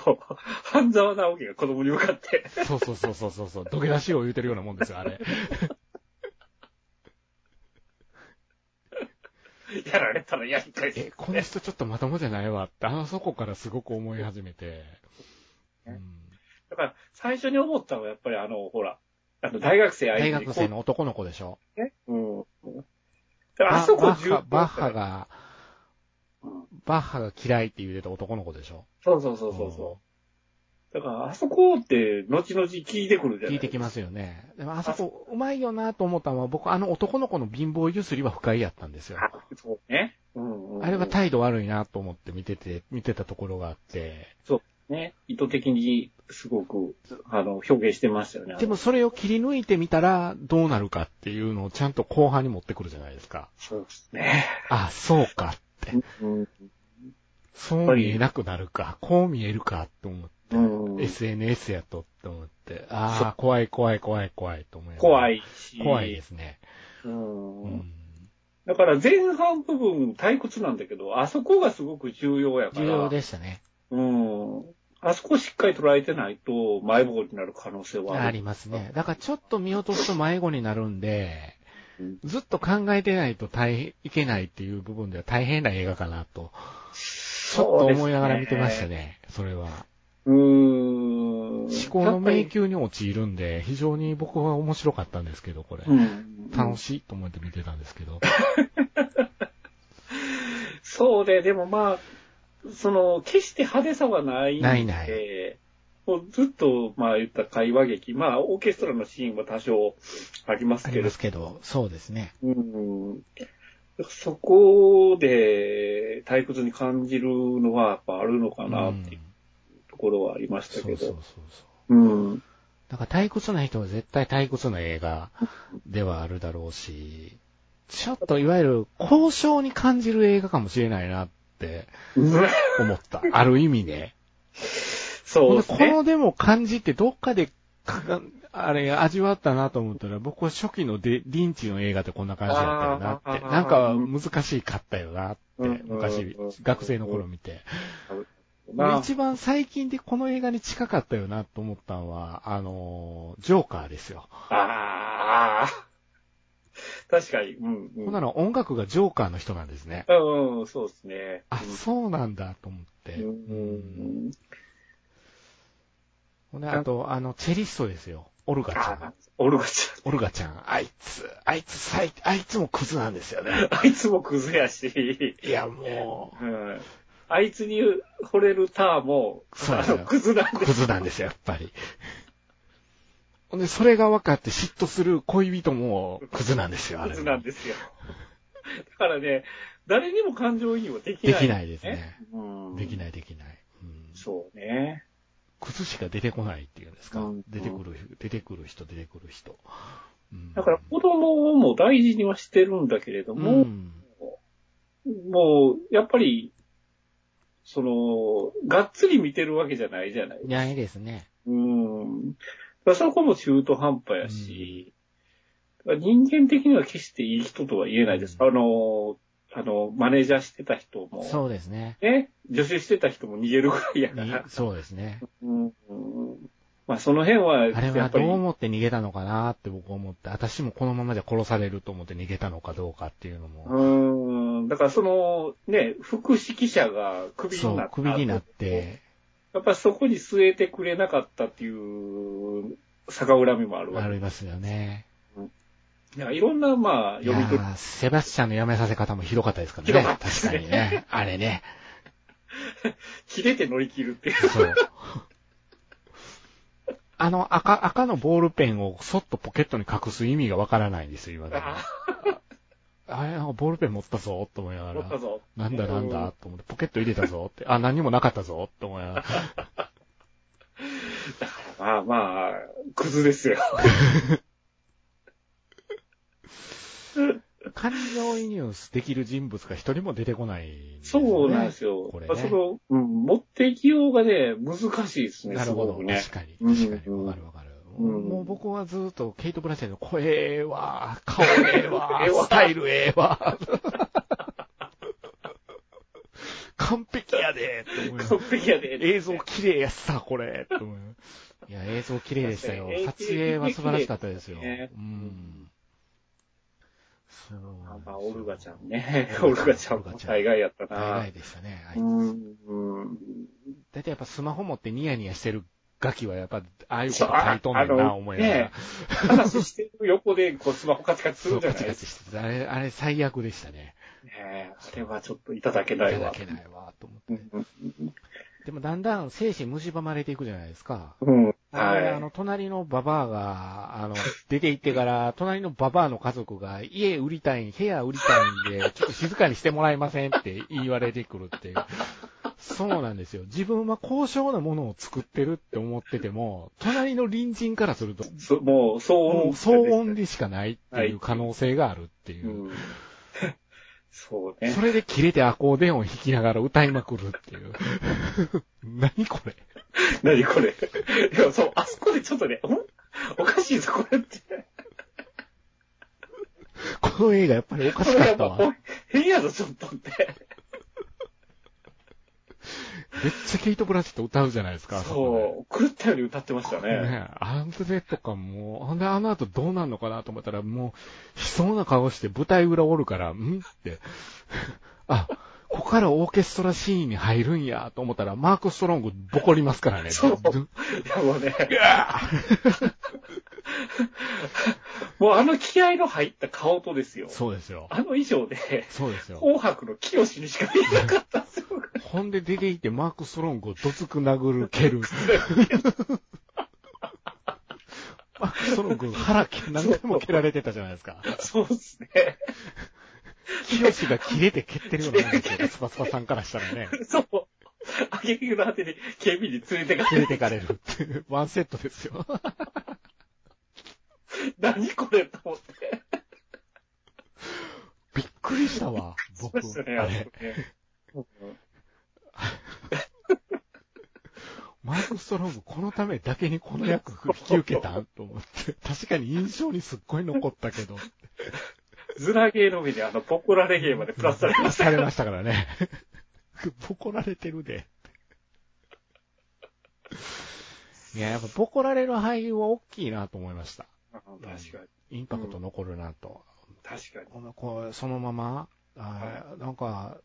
Speaker 3: 半沢直樹が子供に向かって。
Speaker 2: そうそうそうそうそうそう。土下座しろ言うてるようなもんですよ、あれ。
Speaker 3: やられたらやり返
Speaker 2: え
Speaker 3: す。、
Speaker 2: この人ちょっとまともじゃないわって、あのそこからすごく思い始めて。うん
Speaker 3: だから、最初に思ったのはやっぱりあの、ほら、あの、大学生相手
Speaker 2: 大
Speaker 3: に
Speaker 2: 学生の男の子でしょ。
Speaker 3: ね。うん。だから
Speaker 2: バ
Speaker 3: あそこ
Speaker 2: バッ
Speaker 3: 重
Speaker 2: ハ
Speaker 3: 要
Speaker 2: バッハが
Speaker 3: うん、
Speaker 2: バッハが嫌いって言うてた男の子でしょ。
Speaker 3: そうそうそうそうそう。だから、あそこって、後々聞いてくるじゃ
Speaker 2: 聞
Speaker 3: ない
Speaker 2: いてきますよね。でもあそこ、うまいよなと思ったのは、僕、あの男の子の貧乏ゆすりは不快やったんですよ。
Speaker 3: あそうね。うん、うん。
Speaker 2: あれは態度悪いなと思って見てて、見てたところがあって。
Speaker 3: ね、意図的にすごく、あの、表現してましたよね。
Speaker 2: でも、それを切り抜いてみたらどうなるかっていうのをちゃんと後半に持ってくるじゃないですか。
Speaker 3: そうですね。
Speaker 2: あ、そうかって。
Speaker 3: うん。
Speaker 2: そう見えなくなるか、こう見えるかと思って。
Speaker 3: うん、
Speaker 2: SNS やとって思って。ああ、怖い怖い怖い怖いと思いながら
Speaker 3: 怖。いし。
Speaker 2: 怖いですね。
Speaker 3: うん。
Speaker 2: うん。
Speaker 3: だから前半部分退屈なんだけど、あそこがすごく重要やから。
Speaker 2: 重要でしたね。
Speaker 3: うん。あそこしっかり捉えてないと、埋棒になる可能性は
Speaker 2: あ
Speaker 3: ある。
Speaker 2: りますね。だからちょっと見落とすと迷子になるんで
Speaker 3: うん、
Speaker 2: ずっと考えてないと大変いけないっていう部分では大変な映画かなと、ちょっと
Speaker 3: そうですね
Speaker 2: 思いながら見てました。ね、それは。
Speaker 3: うーん。
Speaker 2: 思考の迷
Speaker 3: メイ
Speaker 2: 宮に陥るんで、非常に僕は面白かったんですけど、これ。
Speaker 3: うん。
Speaker 2: 楽しいと思って見てたんですけど。
Speaker 3: そうで、でもまあ、その、決して派手さはないんで、
Speaker 2: ないな
Speaker 3: もうずっと、まあ言った会話劇、まあオーケストラのシーンは多少あります
Speaker 2: あ
Speaker 3: け
Speaker 2: り
Speaker 3: れ
Speaker 2: ま
Speaker 3: ど
Speaker 2: す、けど、そうですね。
Speaker 3: うん、そこで退屈に感じるのはやっぱあるのかなっていうところはありまし
Speaker 2: そ
Speaker 3: た
Speaker 2: うそ
Speaker 3: け
Speaker 2: うそう
Speaker 3: ど。
Speaker 2: そう。
Speaker 3: うん。
Speaker 2: だから退屈な人は絶対退屈な映画ではあるだろうし、ちょっといわゆる交渉に感じる映画かもしれないなって思 った。ある意味ね。
Speaker 3: そうです
Speaker 2: こ
Speaker 3: ね。
Speaker 2: のでも感じってどっかでかかあれ、味わったなと思ったら、僕は初期のデリンチの映画ってこんな感じだったよなって。
Speaker 3: あー
Speaker 2: なんか難しかったよなっ
Speaker 3: うん
Speaker 2: て、昔
Speaker 3: うん、
Speaker 2: 学生の頃見て。
Speaker 3: まあ
Speaker 2: 一番最近でこの映画に近かったよなと思ったのは、あのー、ジョーカーですよ。
Speaker 3: ああ。確かに。うん、うん。
Speaker 2: ほんなら音楽がジョーカーの人なんですね。
Speaker 3: うんうん、そうですね。
Speaker 2: あ、そうなんだと思って。
Speaker 3: う
Speaker 2: うん
Speaker 3: ん。
Speaker 2: ほんで、あと、あの、チェリストですよ。オルガちゃん
Speaker 3: あ。、オルガち
Speaker 2: オルガちゃん。あいつ、あいつ最、あいつもクズなんですよね。
Speaker 3: ゃん。あいつもクズやし、
Speaker 2: いや、も
Speaker 3: うん。あいつに惚れるターも、
Speaker 2: そう
Speaker 3: あ
Speaker 2: だよ
Speaker 3: の、クズなん
Speaker 2: う、
Speaker 3: で
Speaker 2: クズなんですよ、やっぱり。ほんで、それが分かって嫉妬する恋人もクズなんですよ、あれ
Speaker 3: ク
Speaker 2: も。
Speaker 3: ズなんですよ。だからね、誰にも感情移入はでき
Speaker 2: で
Speaker 3: ない、
Speaker 2: きないですね。
Speaker 3: うん。
Speaker 2: でき
Speaker 3: い。
Speaker 2: ない、できない。うん
Speaker 3: そうね。
Speaker 2: クズしか出てこないっていうんですか
Speaker 3: うん。
Speaker 2: 出てくる、出てくる人、出てくる人。うん
Speaker 3: だから子供も大事にはしてるんだけれど
Speaker 2: う
Speaker 3: も、
Speaker 2: ん
Speaker 3: もう、やっぱり、その、がっつり見てるわけじゃないじゃない
Speaker 2: ないですね。
Speaker 3: うん。だからそこも中途半端やし、だから人間的には決していい人とは言えないです。
Speaker 2: うん
Speaker 3: あの、あの、マネージャーしてた人も、
Speaker 2: そうですね。
Speaker 3: ね、助手してた人も逃げるぐらいやか
Speaker 2: に
Speaker 3: ら。
Speaker 2: そうですね。
Speaker 3: うんうんまあその辺は、
Speaker 2: あれ
Speaker 3: や
Speaker 2: は
Speaker 3: っぱ
Speaker 2: ど
Speaker 3: り
Speaker 2: う、思って逃げたのかなって僕思って、私もこのままじゃ殺されると思って逃げたのかどうかっていうのも、
Speaker 3: うん、だからその、ね、副指揮者がクビ
Speaker 2: そ
Speaker 3: になっ
Speaker 2: う
Speaker 3: た、。
Speaker 2: クビになって、
Speaker 3: やっぱそこに据えてくれなかったっていう逆恨みもあるわ
Speaker 2: あ
Speaker 3: け。
Speaker 2: りますよね。
Speaker 3: なんかいろんな、まあ、
Speaker 2: いや
Speaker 3: 読み取り、
Speaker 2: ーセバスチャンの辞めさせ方もひどかったですから
Speaker 3: ひどか
Speaker 2: ね
Speaker 3: っ。たで
Speaker 2: 確
Speaker 3: す
Speaker 2: か
Speaker 3: ね
Speaker 2: にね。あれね。
Speaker 3: 切れて乗り切るっ ていう。
Speaker 2: そう。あの赤、赤のボールペンをそっとポケットに隠す意味がわからないんですよ、今だ
Speaker 3: あ
Speaker 2: あれ、なんかボールペン持ったぞ、と思いなが
Speaker 3: 思った
Speaker 2: ら。
Speaker 3: ぞ。
Speaker 2: なんだなんだ、と思って、ポケット入れたぞって。あ、何もなかったぞ、と思いながら。
Speaker 3: まあまあ、クズですよ。
Speaker 2: 感情移入できる人物が一人も出てこない、
Speaker 3: そうなんですよ。
Speaker 2: これね
Speaker 3: まあその、うん、持っていきようがね、難しいですね、
Speaker 2: なるほ
Speaker 3: す
Speaker 2: ど。
Speaker 3: ごくね。
Speaker 2: 確かに。
Speaker 3: うん
Speaker 2: 確かに。わかるわかる。
Speaker 3: うん
Speaker 2: もう僕はずっとケイト・ブランシェットの声ええわ、顔ええわ
Speaker 3: ええ、わ
Speaker 2: スタイルええわ。完璧やでって思います
Speaker 3: 完璧やで。
Speaker 2: 映像綺麗やっさ、これって思いますいや、映像綺麗でしたよ
Speaker 3: 確か。に
Speaker 2: 撮影は素晴らしかったですよ。
Speaker 3: 綺麗ですね
Speaker 2: うん。そう
Speaker 3: ま
Speaker 2: な
Speaker 3: あ
Speaker 2: んです
Speaker 3: ま
Speaker 2: よ
Speaker 3: あ、オルガちゃんね。オルガちゃんも大概やった
Speaker 2: 大
Speaker 3: な。
Speaker 2: 概でしたね。あいうつ
Speaker 3: ん、うん。
Speaker 2: 大体やっぱスマホ持ってニヤニヤしてるガキはやっぱ、ああいうこ
Speaker 3: そ
Speaker 2: と
Speaker 3: う
Speaker 2: 書いとんねん
Speaker 3: ああ
Speaker 2: な、
Speaker 3: の
Speaker 2: 思いながら
Speaker 3: ね。話してる横で、こう、スマホカチカチす
Speaker 2: そ
Speaker 3: る
Speaker 2: うん
Speaker 3: じゃ
Speaker 2: ガ
Speaker 3: ない
Speaker 2: チ
Speaker 3: で
Speaker 2: ガ
Speaker 3: す
Speaker 2: チしてた。あれ、あれ最悪でしたね。
Speaker 3: か。ねあれはちょっといただけない
Speaker 2: いただ
Speaker 3: わ。
Speaker 2: けないわ、と思
Speaker 3: う
Speaker 2: って。
Speaker 3: ん
Speaker 2: でもだんだん精神蝕まれていくじゃないですか。
Speaker 3: うん。
Speaker 2: あのあ
Speaker 3: は
Speaker 2: の、隣のババアが、あの、 出て行ってから、隣のババアの家族が、家売りたいん、部屋売りたいんで、ちょっと静かにしてもらえませんって言われてくるっていう。そうなんですよ。自分は高尚なものを作ってるって思ってても、隣の隣人からすると、
Speaker 3: い。そもう、騒
Speaker 2: もう
Speaker 3: 音。
Speaker 2: 騒音でしかないっていう可能性があるっていうう。
Speaker 3: ん。そうね
Speaker 2: そ。れで切れてアコーデンを弾きながら歌いまくるっていう。 何これ
Speaker 3: 何これ。でもそう、あそこでちょっとね、んおかしいぞ、これって。
Speaker 2: この映画やっぱりおか
Speaker 3: こ
Speaker 2: し
Speaker 3: れ
Speaker 2: か
Speaker 3: や
Speaker 2: っ
Speaker 3: ったぱ
Speaker 2: わ。
Speaker 3: おい変やぞ、ちょっとって。
Speaker 2: めっちゃケイト・ブランシェット歌うじゃないですか。あこで
Speaker 3: そう、狂ったように歌ってましたね。
Speaker 2: ねえ、あれとかもう、ほんであの後どうなんのかなと思ったら、もう、悲壮な顔して舞台裏おるから、んって。 あ、ここからオーケストラシーンに入るんや、と思ったら、マーク・ストロングボコりますからね。
Speaker 3: そう
Speaker 2: ず
Speaker 3: いやもうね、
Speaker 2: うわー
Speaker 3: もうあの気合の入った顔とですよ。
Speaker 2: そうですよ。
Speaker 3: あの衣装で、
Speaker 2: そうですよ。
Speaker 3: 紅白の清にしか見えなかった んですよ。
Speaker 2: ほんで出て行ってマーク・ストロングをどつく殴る、蹴る。 マーク・ストロング腹蹴何回も蹴られてたじゃないですか。
Speaker 3: そうですね。
Speaker 2: 清が切れて蹴ってるようなもんですよ。スパスパさんからしたら ね。
Speaker 3: そう。あげくの果てに警備に連れてか
Speaker 2: 連れ
Speaker 3: れて、
Speaker 2: てかれるっていう。ワンセットですよ。
Speaker 3: 何これと思って。
Speaker 2: びっくりしたわ。
Speaker 3: そう
Speaker 2: 僕。
Speaker 3: ですよね、
Speaker 2: あ
Speaker 3: あ
Speaker 2: れ。
Speaker 3: そこね。
Speaker 2: マーク・ストロング、このためだけにこの役引き受けたと思って。確かに印象にすっごい残ったけど。
Speaker 3: ズラゲーのみであの、ポコラレゲーまでプラスされました
Speaker 2: さ。れましたからね。 ボコられてるで。いや、やっぱボコられる俳優は大きいなと思いました。
Speaker 3: うん確かに。
Speaker 2: インパクト残るなと。
Speaker 3: 確かに。
Speaker 2: このこうそのまま、あーなんか、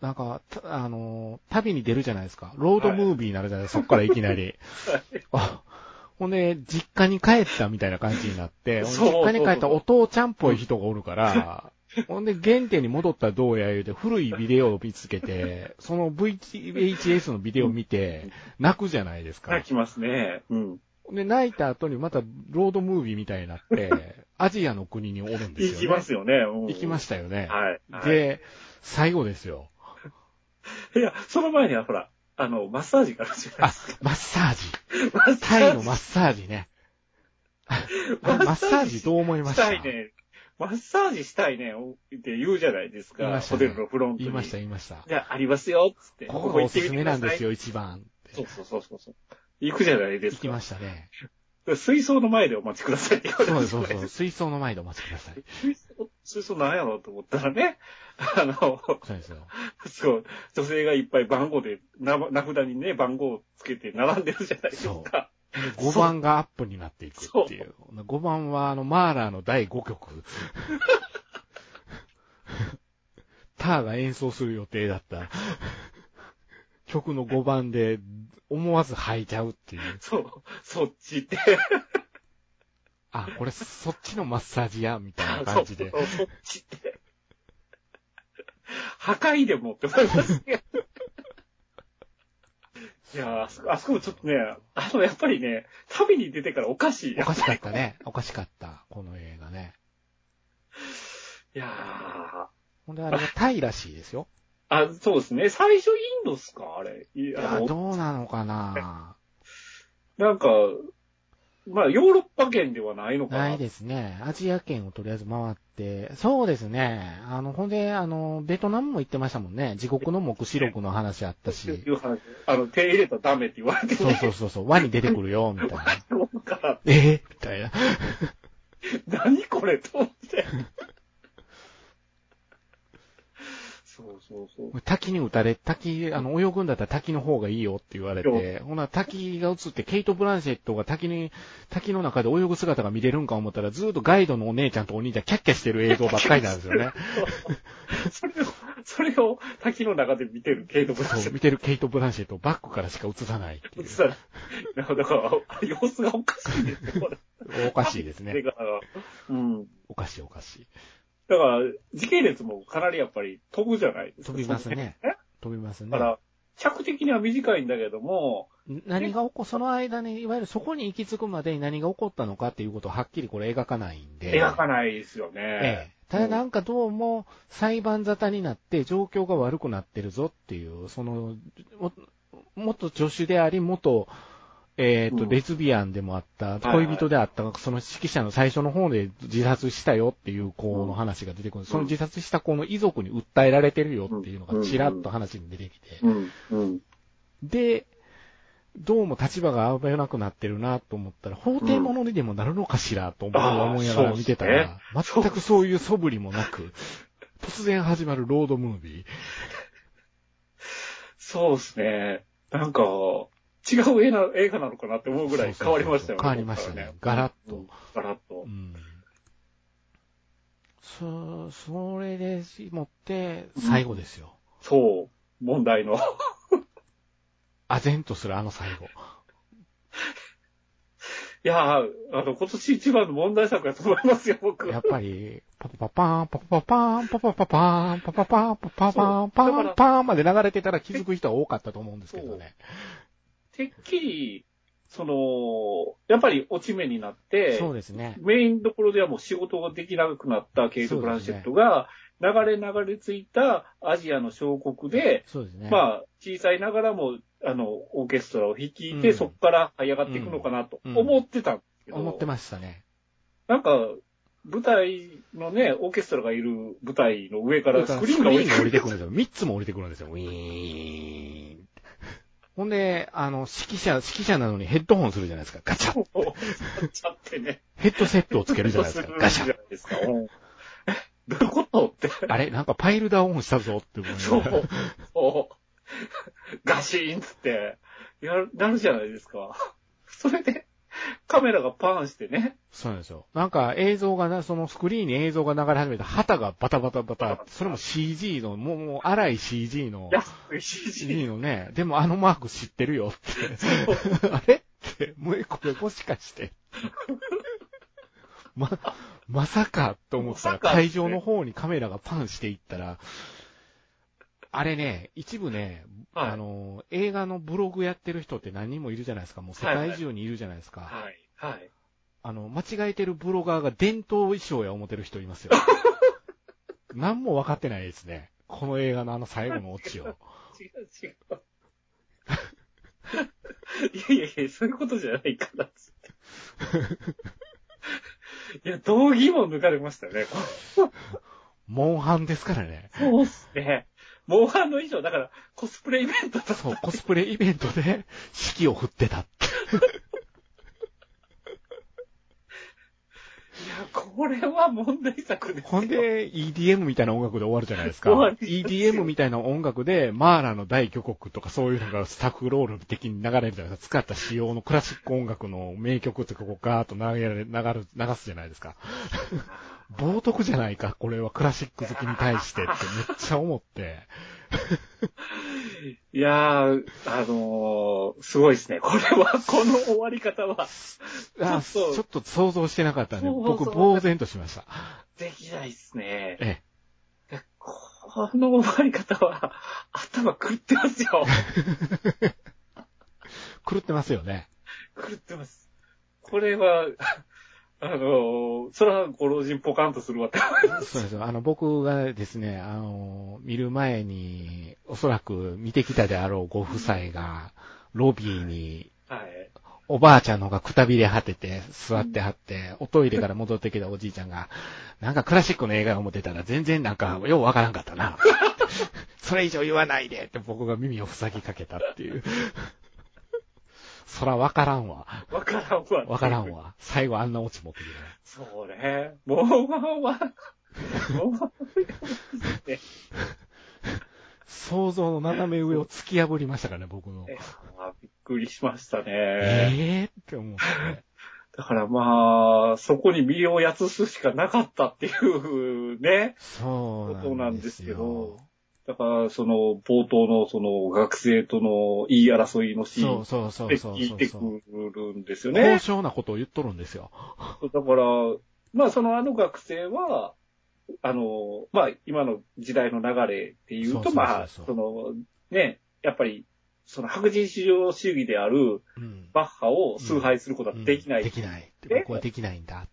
Speaker 2: なんか、たあのー、旅に出るじゃないですか。ロードムービーになるじゃないですか。そっからいきな り。あほんで、実家に帰ったみたいな感じになって、ほんで
Speaker 3: そう
Speaker 2: 実家に帰ったお父ちゃんっぽい人がおる から、ほんで、原点に戻ったらどうや言うて、古いビデオを見つけて、その VHS のビデオを見て、泣くじゃないですか。
Speaker 3: 泣きますね。うん。
Speaker 2: で、泣いた後にまたロードムービーみたいになって、アジアの国におるんですよ、ね。
Speaker 3: 行きますよね。うん
Speaker 2: 行きましたよね。
Speaker 3: はい。はい
Speaker 2: で、最後ですよ。
Speaker 3: いや、その前にはほら、あの、マッサージがあるじゃない
Speaker 2: あ、マッサージ。
Speaker 3: マッサージ
Speaker 2: タイのマッサージね。あ れマッサージどう思いま
Speaker 3: し
Speaker 2: した
Speaker 3: たいね。マッサージしたいね。って言うじゃないです
Speaker 2: 言い
Speaker 3: か。
Speaker 2: ました
Speaker 3: ホ
Speaker 2: ね
Speaker 3: テルのフロントに。
Speaker 2: 言いました、言いました。
Speaker 3: じゃあ、ありますよ、つって。
Speaker 2: ここがおすすめなん
Speaker 3: ここ
Speaker 2: です
Speaker 3: 行ってみてください。
Speaker 2: よ、一番。
Speaker 3: そうそうそうそうそう。行くじゃないで
Speaker 2: 行
Speaker 3: す
Speaker 2: きま
Speaker 3: か。
Speaker 2: したね。
Speaker 3: 水槽の前でお待ちくださいって言われ
Speaker 2: そうです
Speaker 3: て
Speaker 2: そうそう。水槽の前でお待ちください。
Speaker 3: 水槽、水槽なんやろうと思ったらね、あの、
Speaker 2: そうですよ。
Speaker 3: そう、女性がいっぱい番号で、な名札にね、番号をつけて並んでるじゃないですか。
Speaker 2: 5番がアップになっていくっていう。5番は、あの、マーラーの第5曲。 ターが演奏する予定だった。曲の5番で、思わず吐いちゃうっていう。
Speaker 3: そう、そっちって。
Speaker 2: あ、これ、そっちのマッサージや、みたいな感じで。
Speaker 3: そうそうそっちって。破壊でもって思います ね。いやーあそこ、あそこもちょっとね、あの、やっぱりね、旅に出てからおかしい
Speaker 2: お
Speaker 3: や。
Speaker 2: かしかったね。おかしかった。この映画ね。
Speaker 3: いやー。
Speaker 2: ほんで、あれがタイらしいですよ。
Speaker 3: あ、そうですね。最初インドっすかあれ。い
Speaker 2: い
Speaker 3: や
Speaker 2: や
Speaker 3: あ、の
Speaker 2: どうなのかな
Speaker 3: なんか、まあ、ヨーロッパ圏ではないのかな。
Speaker 2: ないですね。アジア圏をとりあえず回って、そうですね。あの、ほんで、あの、ベトナムも行ってましたもんね。地獄の黙示録の話あった
Speaker 3: っ 。
Speaker 2: して
Speaker 3: いう話。あの、手入れたらダメって言わ れて
Speaker 2: そうそうそうそう、輪に出てくるよ、みたい な。
Speaker 3: そうから、
Speaker 2: えみたいな。
Speaker 3: 何これと思 って。そうそうそう。
Speaker 2: 滝に打たれ、滝、あの、泳ぐんだったら滝の方がいいよって言われて、ほな、滝が映って、ケイト・ブランシェットが滝に、滝の中で泳ぐ姿が見れるんか思ったら、ずーっとガイドのお姉ちゃんとお兄ちゃんキャッキャしてる映像ばっかりなんです よね。
Speaker 3: それを、 それを滝の中で見てるケイトブランシ
Speaker 2: そう、
Speaker 3: ェッ
Speaker 2: 見てるケイト・ブランシェットをバックからしか映さないって
Speaker 3: ト
Speaker 2: い
Speaker 3: 映さない。なんかだから、あれ様子がおかしいんです よ。
Speaker 2: う。おかしいです
Speaker 3: だ
Speaker 2: ね。
Speaker 3: から、うん。
Speaker 2: おかしいおかしい。
Speaker 3: だから、時系列もかなりやっぱり飛ぶじゃないですか。
Speaker 2: 飛びますね
Speaker 3: え。
Speaker 2: 飛びます
Speaker 3: だ
Speaker 2: ね
Speaker 3: か。ら、尺的には短いんだけども、
Speaker 2: 何が起こ、その間に、いわゆるそこに行き着くまでに何が起こったのかっていうことをはっきりこれ描かないんで。
Speaker 3: 描かないですよね
Speaker 2: え。え。ただなんかどうも裁判沙汰になって状況が悪くなってるぞっていう、その、も元助手であり、元、えっ、と、
Speaker 3: うん
Speaker 2: レズビアンでもあった、
Speaker 3: いはい
Speaker 2: 恋人であった、その指揮者の最初の方で自殺したよっていう子の話が出てくる。その自殺した子の遺族に訴えられてるよっていうのがちらっと話に出てきて。
Speaker 3: うん、うん。
Speaker 2: で、どうも立場が危なくなってるなと思ったら、法廷ものにでもなるのかしらと思
Speaker 3: ああ
Speaker 2: 思いながら見てたら、
Speaker 3: そうですね
Speaker 2: 全くそういう素振りもなく、突然始まるロードムービー。
Speaker 3: そうですね。なんか、違う映画映画なのかなって思うぐらい変わりましたよね。
Speaker 2: 変わりましたね。ガラッ
Speaker 3: う
Speaker 2: と
Speaker 3: ん。。ガラッと
Speaker 2: う。ん。そ、それで持って、最後ですよ。
Speaker 3: そう。問題の。
Speaker 2: 唖然とするあの最後。
Speaker 3: いやー、あの、今年一番の問題作だと思いますよ、僕。
Speaker 2: やっぱり、パパパパーン、パパパパーン、パパパパーン、パパパーン、パパパーン、パ
Speaker 3: そ
Speaker 2: ー
Speaker 3: うだか
Speaker 2: ン、
Speaker 3: ら
Speaker 2: パーンまで流れてたら気づく人は多かったと思うんですけどね。
Speaker 3: てっきり、その、やっぱり落ち目になって、
Speaker 2: そうですね。
Speaker 3: メインどころではもう仕事ができなくなったケイト・ブランシェットが、流れ流れ着いたアジアの小国で、
Speaker 2: そうですね。あ、
Speaker 3: まあ、小さいながらも、あの、オーケストラを率いて、
Speaker 2: うん
Speaker 3: そこから這い上がっていくのかなと
Speaker 2: うん
Speaker 3: 思ってたんですけど、
Speaker 2: 思ってましたね。
Speaker 3: なんか、舞台のね、オーケストラがいる舞台の上か
Speaker 2: だ
Speaker 3: ら
Speaker 2: か
Speaker 3: ス
Speaker 2: ら
Speaker 3: ク
Speaker 2: スク
Speaker 3: リ
Speaker 2: リー
Speaker 3: ーン
Speaker 2: ン
Speaker 3: が
Speaker 2: が
Speaker 3: 降
Speaker 2: 降り
Speaker 3: りて
Speaker 2: て
Speaker 3: く
Speaker 2: くるんで
Speaker 3: る
Speaker 2: すよ。3つも降りてくるんですよ。ウィーン。ほんで、あの、指揮者、指揮者なのにヘッドホンするじゃないですか。ガチャ
Speaker 3: を使っ ちゃってね。
Speaker 2: ヘッドセットをつけるじゃないです か。ガシ
Speaker 3: じ
Speaker 2: ャ
Speaker 3: ゃないですか。うんえ どういうことって。
Speaker 2: あれなんかパイルダーオンしたぞって思い
Speaker 3: そ
Speaker 2: ながら
Speaker 3: う。そうガシーンつって、やる、なるじゃないですか。それで、カメラがパンしてね。
Speaker 2: そうなんですよ。なんか映像がな、そのスクリーンに映像が流れ始めて、旗がバタバタバタ、それも CG の、もう、もう荒い CG の、
Speaker 3: 安い CG。
Speaker 2: CG のね、でもあのマーク知ってるよって。あれって、もうこれもしかして。ま、まさかと思ったら、
Speaker 3: まさか
Speaker 2: 会場の方にカメラがパンしていったら、あれね、一部ね、
Speaker 3: はい
Speaker 2: あの、映画のブログやってる人って何人もいるじゃないですか。もう世界中にいるじゃないですか。
Speaker 3: はい、はい。
Speaker 2: あの、間違えてるブロガーが伝統衣装や思ってる人い ますよ。何も分かってないですね。この映画のあの最後のオチを。
Speaker 3: 違う、違 う。いやいやいや、そういうことじゃないから、つって。いや、道義も抜かれましたよね。
Speaker 2: モンハンですからね。
Speaker 3: そうっすね。モンハンの衣装、だから、コスプレイベントと
Speaker 2: そう、コスプレイベントで指揮を振ってたって。
Speaker 3: いや、これは問題作ですよ。
Speaker 2: ほんで、EDM みたいな音楽で終わるじゃないですか。
Speaker 3: 終わり
Speaker 2: EDM みたいな音楽で、マーラの大巨国とかそういうのがスタッフロール的に流れるじゃないですか。使った仕様のクラシック音楽の名曲とかこうガーッと流れ、流る、流すじゃないですか。 冒涜じゃないか、これはクラシック好きに対してってめっちゃ思って。
Speaker 3: いやー、あのー、すごいですね。これは、この終わり方は、
Speaker 2: あち
Speaker 3: ちょっと
Speaker 2: ょっと想像してなかったんで、
Speaker 3: そう
Speaker 2: 僕
Speaker 3: そう
Speaker 2: 呆然としました。
Speaker 3: できないですね。
Speaker 2: ええ。
Speaker 3: この終わり方は、頭狂ってますよ。
Speaker 2: 狂ってますよね。
Speaker 3: 狂ってます。これは、あの、それはご老人ポカンとするわって思います。
Speaker 2: そうですよ。あの、僕がですね、あの、見る前に、おそらく見てきたであろうご夫妻が、ロビーに、
Speaker 3: はい。
Speaker 2: おばあちゃんの方がくたびれ果てて、座ってはって、おトイレから戻ってきたおじいちゃんが、なんかクラシックの映画を思ってたら全然なんか、ようわからんかったな。 それ以上言わないでって僕が耳を塞ぎかけたっていう。そらわからんわ。
Speaker 3: わからんわ。
Speaker 2: わからん。わ。最後あんなオチ持ってきて。
Speaker 3: そうね。もうワンワン。もうワンワン。
Speaker 2: 想像の斜め上を突き破りましたからね、僕の。
Speaker 3: えあびっくりしましたね。
Speaker 2: えーって思って。
Speaker 3: だからまあ、そこに身をやつすしかなかったっていうね。
Speaker 2: そうなんですよ。
Speaker 3: だから、その、冒頭の、その、学生との言い争いのシー
Speaker 2: そ
Speaker 3: ン
Speaker 2: うそうそう
Speaker 3: で
Speaker 2: そう
Speaker 3: 聞い
Speaker 2: そ
Speaker 3: て
Speaker 2: う
Speaker 3: く
Speaker 2: そう。
Speaker 3: るんですよね
Speaker 2: 高。尚なことを言っとるんですよ。
Speaker 3: だから、まあ、その、あの学生は、あの、まあ、今の時代の流れっていうと、
Speaker 2: そうそうそうそう
Speaker 3: まあ、その、ね、やっぱり、その白人至上主義である
Speaker 2: うん。
Speaker 3: バッハを崇拝することはできな
Speaker 2: う
Speaker 3: い。
Speaker 2: んできない。僕はできないんだ。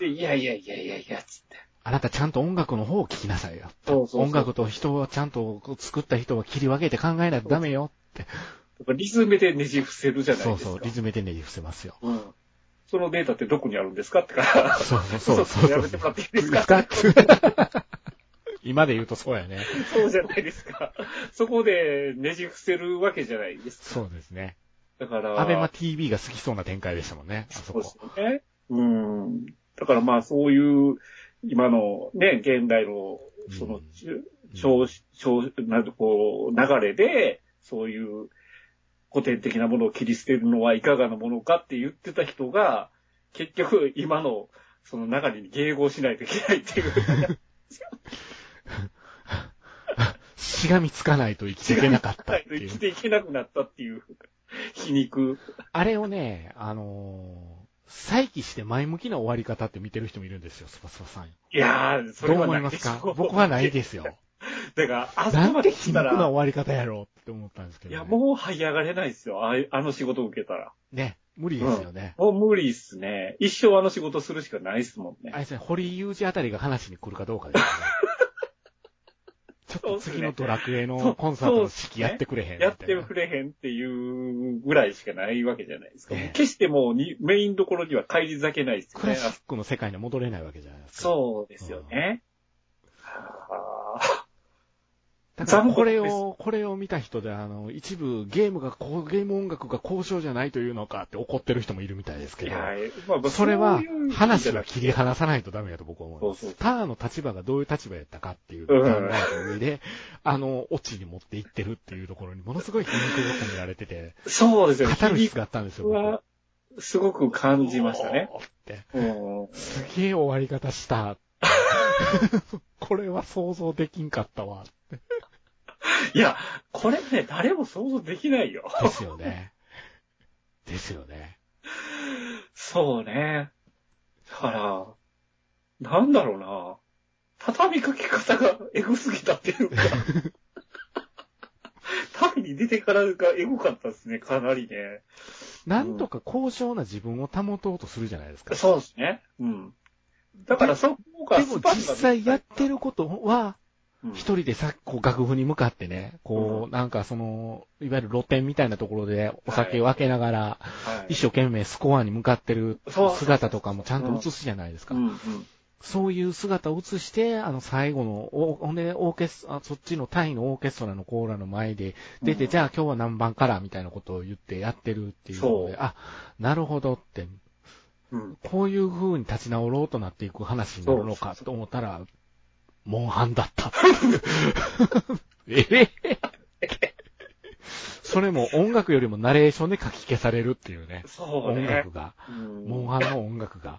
Speaker 3: でいやいやいやいやいや、つって。
Speaker 2: あなたちゃんと音楽の方を聴きなさいよ。
Speaker 3: そうそうそう
Speaker 2: 音楽と人をちゃんと作った人を切り分けて考えないとダメよ。
Speaker 3: だからリズムでねじ伏せるじゃない
Speaker 2: そ
Speaker 3: で
Speaker 2: う
Speaker 3: すか。
Speaker 2: そう、リズムでねじ伏せますよ。
Speaker 3: うん。そのデータってどこにあるんですかってから、
Speaker 2: そうそうそう
Speaker 3: そ
Speaker 2: そうう。
Speaker 3: やめてもらっていいです
Speaker 2: いい
Speaker 3: か
Speaker 2: ですか今で言うとそうやね。
Speaker 3: そうじゃないですか。そこでねじ伏せるわけじゃないですか。
Speaker 2: そうですね。
Speaker 3: だから、
Speaker 2: アベマ TV が好きそうな展開でしたもんね。あそ
Speaker 3: そう
Speaker 2: こ
Speaker 3: で。すよね。うん。だからまあそういう、今のね、現代の、その、少、少、なんかこう、流れで、そういう古典的なものを切り捨てるのはいかがなものかって言ってた人が、結局今の、その中に迎合しないといけないっていう。
Speaker 2: しがみつかないと生きていけなかったって
Speaker 3: 生
Speaker 2: い
Speaker 3: き
Speaker 2: う。
Speaker 3: ていけなくなったっていう皮肉。
Speaker 2: あれをね、あのー再起して前向きな終わり方って見てる人もいるんですよ、スパスパさん。
Speaker 3: いやー、そ
Speaker 2: ど
Speaker 3: れ
Speaker 2: う
Speaker 3: は
Speaker 2: 思
Speaker 3: ないい
Speaker 2: ま
Speaker 3: ですしょ
Speaker 2: か
Speaker 3: う
Speaker 2: 僕はないですよ。
Speaker 3: だから、あそ
Speaker 2: な
Speaker 3: こ
Speaker 2: ん
Speaker 3: ま
Speaker 2: て
Speaker 3: で
Speaker 2: 皮
Speaker 3: 来
Speaker 2: 肉
Speaker 3: た
Speaker 2: な
Speaker 3: ら
Speaker 2: 終、わり方やろうって思ったんですけ
Speaker 3: い
Speaker 2: ど、ね。
Speaker 3: や、もう這い上がれないですよ。あいあの仕事を受けたら。
Speaker 2: ね、無理ですよね。
Speaker 3: もう無理っすね。一生あの仕事するしかないっすもんね
Speaker 2: あれ。ですね、堀井雄二あたりが話に来るかどうかですね。ちょっと次のドラクエのコンサートの式やってくれへんみたい
Speaker 3: や
Speaker 2: な。
Speaker 3: ってくれへんっていうぐらいしかないわけじゃないですか。
Speaker 2: ええ
Speaker 3: もう決してもうにメインどころには返り咲けないですよ
Speaker 2: クラ
Speaker 3: ね。
Speaker 2: シックの世界には戻れないわけじゃないですか。
Speaker 3: そうですよね。あー
Speaker 2: だからこれを、これを見た人で、あの、一部ゲームがこう、ゲーム音楽が交渉じゃないというのかって怒ってる人もいるみたいです
Speaker 3: い
Speaker 2: けど、
Speaker 3: やまあまあ
Speaker 2: それは
Speaker 3: ういう
Speaker 2: 話は切り離さないとダメだと僕は思いま
Speaker 3: そう
Speaker 2: す。
Speaker 3: そう
Speaker 2: ターの立場がどういう立場やったかっていうのを考えた上で、あの、オチに持っていってるっていうところにものすごい皮肉が込められてて、
Speaker 3: そうですよね。
Speaker 2: 語る
Speaker 3: 皮
Speaker 2: 必
Speaker 3: 肉
Speaker 2: があったんですよ、
Speaker 3: は
Speaker 2: 僕。
Speaker 3: すごく感じましたね。
Speaker 2: おーって。
Speaker 3: うん
Speaker 2: すげえ終わり方した。 これは想像できんかったわ。
Speaker 3: いや、これね、誰も想像できないよ。
Speaker 2: ですよね。ですよね。
Speaker 3: そうね。だから、なんだろうな。畳みかけ方がエグすぎたっ ていうか。旅に出てからがエゴかったですね、かなりね。
Speaker 2: なんとか高尚な自分を保とうとするじゃないですか。
Speaker 3: そうですね。うん。だからそこが
Speaker 2: でも実際やってることは、
Speaker 3: うん
Speaker 2: 一人でさ、こう楽譜に向かってね、こ
Speaker 3: う
Speaker 2: う、なんかその、いわゆる露店みたいなところでお酒を開けながら、
Speaker 3: はい
Speaker 2: 一生懸命スコアに向かってる
Speaker 3: そう
Speaker 2: 姿とかもちゃんと映すじゃないですか
Speaker 3: うん。うん。
Speaker 2: そういう姿を映して、あの、最後の、お、ほんで、オーケストラ、そっちのタイのオーケストラのコーラの前で出て、
Speaker 3: うん
Speaker 2: じゃあ今日は何番からみたいなことを言ってやってるっていうの
Speaker 3: そう
Speaker 2: で、あ、なるほどって、
Speaker 3: うん。
Speaker 2: こういう風に立ち直ろうとなっていく話になるのかと思ったら、モンハンだ った。ええそれも音楽よりもナレーションで書き消されるっていうね。
Speaker 3: そう
Speaker 2: 音
Speaker 3: ね
Speaker 2: 楽。が。
Speaker 3: うん
Speaker 2: モンハンの音楽が。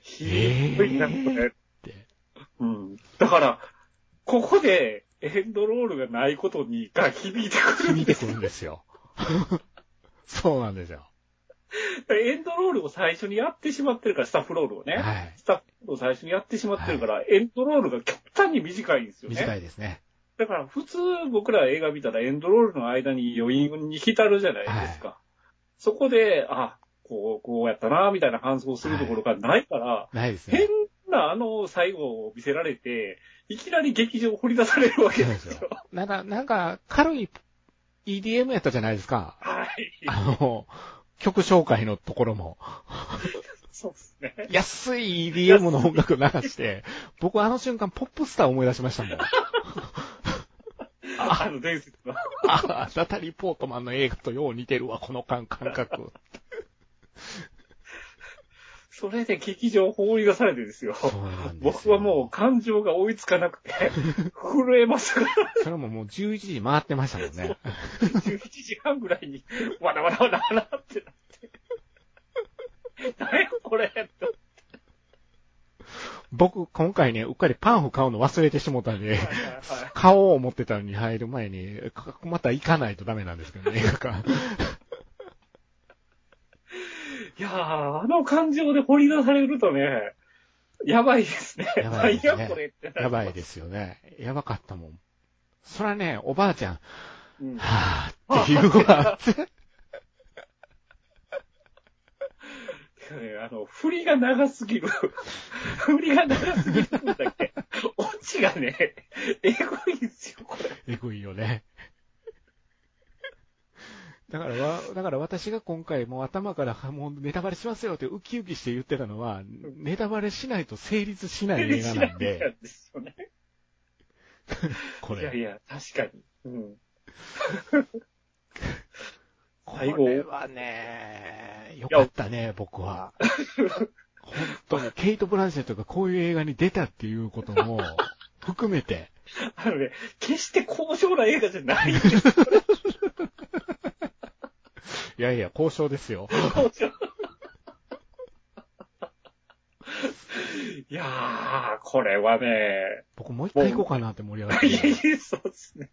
Speaker 3: ひどいな、こ
Speaker 2: えー
Speaker 3: れ。
Speaker 2: て
Speaker 3: うん。だから、ここでエンドロールがないことにが響いてくるん
Speaker 2: 響いて
Speaker 3: です
Speaker 2: く
Speaker 3: よ
Speaker 2: るんですよ。 そうなんですよ。
Speaker 3: エンドロールを最初にやってしまってるから、スタッフロールをね。
Speaker 2: はい。
Speaker 3: スタッフロールを最初にやってしまってるから、エンドロールが極端に短いんですよね。
Speaker 2: 短いですね。
Speaker 3: だから普通僕ら映画見たらエンドロールの間に余韻に浸るじゃないですか。そこで、あ、こう、こうやったな、みたいな反想するところがないから、
Speaker 2: ないです
Speaker 3: 変
Speaker 2: ね。
Speaker 3: なあの最後を見せられて、いきなり劇場を掘り出されるわけです
Speaker 2: そう
Speaker 3: よ。
Speaker 2: なんか、なんか、軽い EDM やったじゃないですか。
Speaker 3: はい。
Speaker 2: あの、曲紹介のところも。
Speaker 3: そうですね。
Speaker 2: 安い EDM の音楽流して、僕あの瞬間ポップスター思い出しましたもん。
Speaker 3: あの伝説の。
Speaker 2: ああ、ナタリー・ポートマンの映画とよう似てるわ、この感感覚。
Speaker 3: それで劇場を放り出されてですよ。
Speaker 2: そうなんですよ
Speaker 3: 僕はもう感情が追いつかなくて、 震えますから、
Speaker 2: それももう11時回ってましたもんね。
Speaker 3: 11時半ぐらいに、わらわらわらわらって なって。何やこれって
Speaker 2: 僕、今回ね、うっかりパンフ買うの忘れてしもたんで、
Speaker 3: はいはいはい
Speaker 2: 買おう思ってたのに入る前に、かまた行かないとダメなんですけどね、映画館。
Speaker 3: いやー、あの感情で掘り出されるとね、やばいですね。
Speaker 2: やばいですね
Speaker 3: 何やこれってなります
Speaker 2: やばいですよね。やばかったもん。そらね、おばあちゃん、
Speaker 3: うん
Speaker 2: はぁ、っていうのがあって、
Speaker 3: ねあの、振りが長すぎる。 振りが長すぎるんだけど、オチがね、えぐいんですよ、こ れ。
Speaker 2: えぐいよね。だからわ、だから私が今回もう頭からはもうネタバレしますよってウキウキして言ってたのは、ネタバレしないと成立しない映画なん
Speaker 3: 知ら
Speaker 2: で、
Speaker 3: んですよね。
Speaker 2: こ
Speaker 3: いや
Speaker 2: れ。
Speaker 3: いや、確かに。うん。
Speaker 2: こ
Speaker 3: 最後
Speaker 2: れはね、よかったね、僕は。本当に、ケイト・ブランシェットがこういう映画に出たっていうことも含めて、
Speaker 3: あのね、決して高尚な映画じ ゃない。
Speaker 2: いやいや、交渉ですよ。
Speaker 3: 高尚。いやー、これはね、
Speaker 2: 僕もう一回行こうかなって盛り上がっ
Speaker 3: いやい
Speaker 2: て。
Speaker 3: や、そうですね。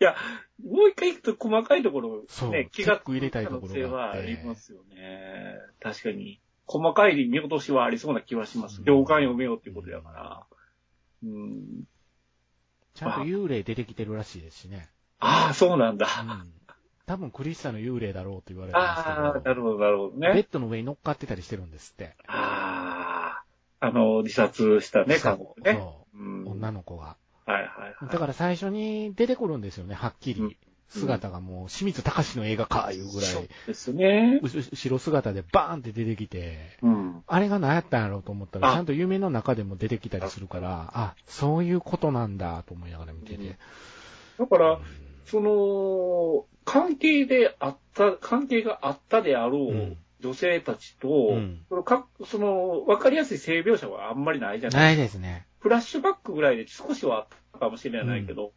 Speaker 3: いや、もう一回行くと細かいところ、
Speaker 2: そう
Speaker 3: ね、
Speaker 2: チェッ
Speaker 3: 気が
Speaker 2: ク入れたいところがあって
Speaker 3: 可能性はありますよね。確かに。細かい見落としはありそうな気はします
Speaker 2: う。ん
Speaker 3: 行間読めようっていうことだから。うん。
Speaker 2: ちゃんと幽霊出てきてるらしいですしね。
Speaker 3: ああ、そうなんだ。
Speaker 2: うん。多分クリスタの幽霊だろうと言われてま
Speaker 3: あ
Speaker 2: す
Speaker 3: あ、
Speaker 2: けど、
Speaker 3: なるほど、なるほど
Speaker 2: ベ
Speaker 3: ね。
Speaker 2: ッドの上に乗っかってたりしてるんですって。
Speaker 3: ああ、あの、自殺したね、韓
Speaker 2: そう
Speaker 3: 国ね。。
Speaker 2: そううん
Speaker 3: はい
Speaker 2: 女の子が。
Speaker 3: はいはい。
Speaker 2: だから最初に出てくるんですよね、はっき
Speaker 3: う
Speaker 2: り
Speaker 3: ん。
Speaker 2: 姿がもう、清水隆の映画か、いうぐらい
Speaker 3: そう。ですね。
Speaker 2: う後ろ姿でバーンって出てきて、
Speaker 3: うん。
Speaker 2: あれが何やったんやろうと思ったら、
Speaker 3: あ
Speaker 2: ちゃんと夢の中でも出てきたりするから、あ、そういうことなんだと思いながら見て
Speaker 3: うん
Speaker 2: て。
Speaker 3: だから、
Speaker 2: うん
Speaker 3: その、関係であった、関係があったであろ
Speaker 2: う
Speaker 3: うん女性たちと、
Speaker 2: うん
Speaker 3: そのかその、わかりやすい性描写はあんまりないじゃない
Speaker 2: ないですね。
Speaker 3: フラッシュバックぐらいで少しはあったかもしれないけど、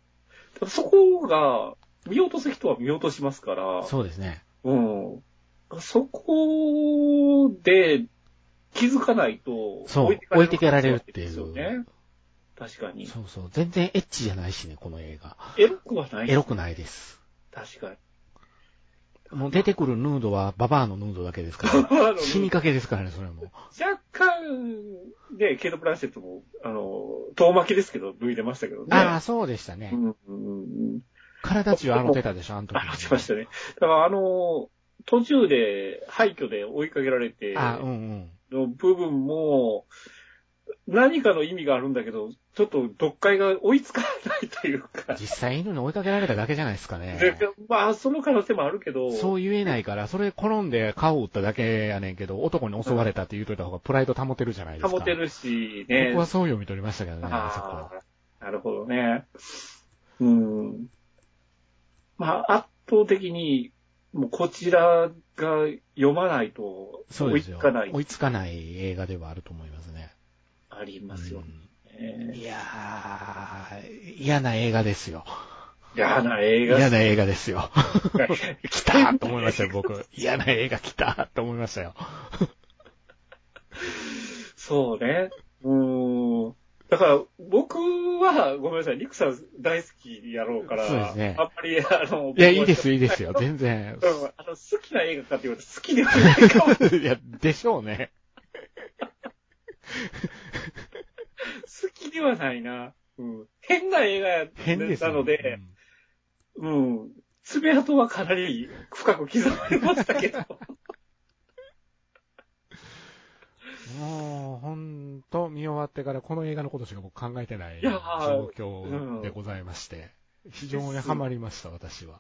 Speaker 3: ただそこが、見落とす人は見落としますから、
Speaker 2: そうですね。
Speaker 3: うん。そこで気づかないと、
Speaker 2: そう
Speaker 3: 可能性があるわけですよね。確かに。
Speaker 2: そうそう。全然エッチじゃないしね、この映画。
Speaker 3: エロくはない。
Speaker 2: エロくないです。
Speaker 3: 確かに。
Speaker 2: もう出てくるヌードはババアのヌードだけですから。死にかけですからね、それも。
Speaker 3: 若干、ね、ケイト・プランシェットも、あの、遠巻きですけど、脱いでましたけどね。
Speaker 2: ああ、そうでした
Speaker 3: う
Speaker 2: ね。
Speaker 3: んうんうん。
Speaker 2: 体中あの手たでしょ、あの時。
Speaker 3: あ、しましたね。だから、あの、途中で廃墟で追いかけられて、
Speaker 2: あ、うんうん。
Speaker 3: の部分も、何かの意味があるんだけど、ちょっと読解が追いつかないというか、
Speaker 2: 実際犬に追いかけられただけじゃないですかね。
Speaker 3: でまあ、その可能性もあるけど、
Speaker 2: そう言えないから、それ転んで顔を打っただけやねんけど、男に襲われたって言うといた方がプライド保てるじゃないですか。
Speaker 3: 保て。るし、ね
Speaker 2: 僕。はそう読み取りましたけどね、あそこ
Speaker 3: あ
Speaker 2: は。
Speaker 3: あ、なるほどね。うん。まあ、圧倒的に、もうこちらが読まないと、
Speaker 2: そう
Speaker 3: 追
Speaker 2: で
Speaker 3: い
Speaker 2: す
Speaker 3: つ
Speaker 2: よ。
Speaker 3: かない
Speaker 2: 追、いつかない映画ではあると思いますね。
Speaker 3: ありますよ
Speaker 2: うん
Speaker 3: ね。
Speaker 2: いやー、嫌な映画ですよ。
Speaker 3: 嫌な映画
Speaker 2: 嫌な映画ですよ。来たーと思いました よ、僕。嫌な映画来たーと思いましたよ。
Speaker 3: そうね。うん。だから、僕は、ごめんなさい、リクさん大好きやろうから、
Speaker 2: そうですね
Speaker 3: あんまり、あの、
Speaker 2: いや、いいです、いい
Speaker 3: い
Speaker 2: ですよ。全然。
Speaker 3: うん、あの、好きな映画かって言われて好きではないかも。好
Speaker 2: いや、でしょうね。
Speaker 3: きではないな。うん。変な映画や
Speaker 2: 変ですよ
Speaker 3: な
Speaker 2: ね
Speaker 3: ので、
Speaker 2: うん
Speaker 3: うん。爪痕はかなり深く刻まれましたけど。
Speaker 2: もう、ほんと、見終わってからこの映画のことしか僕考えてない
Speaker 3: いや
Speaker 2: 状
Speaker 3: ー
Speaker 2: 況でございまして、非常にハマりました、私は。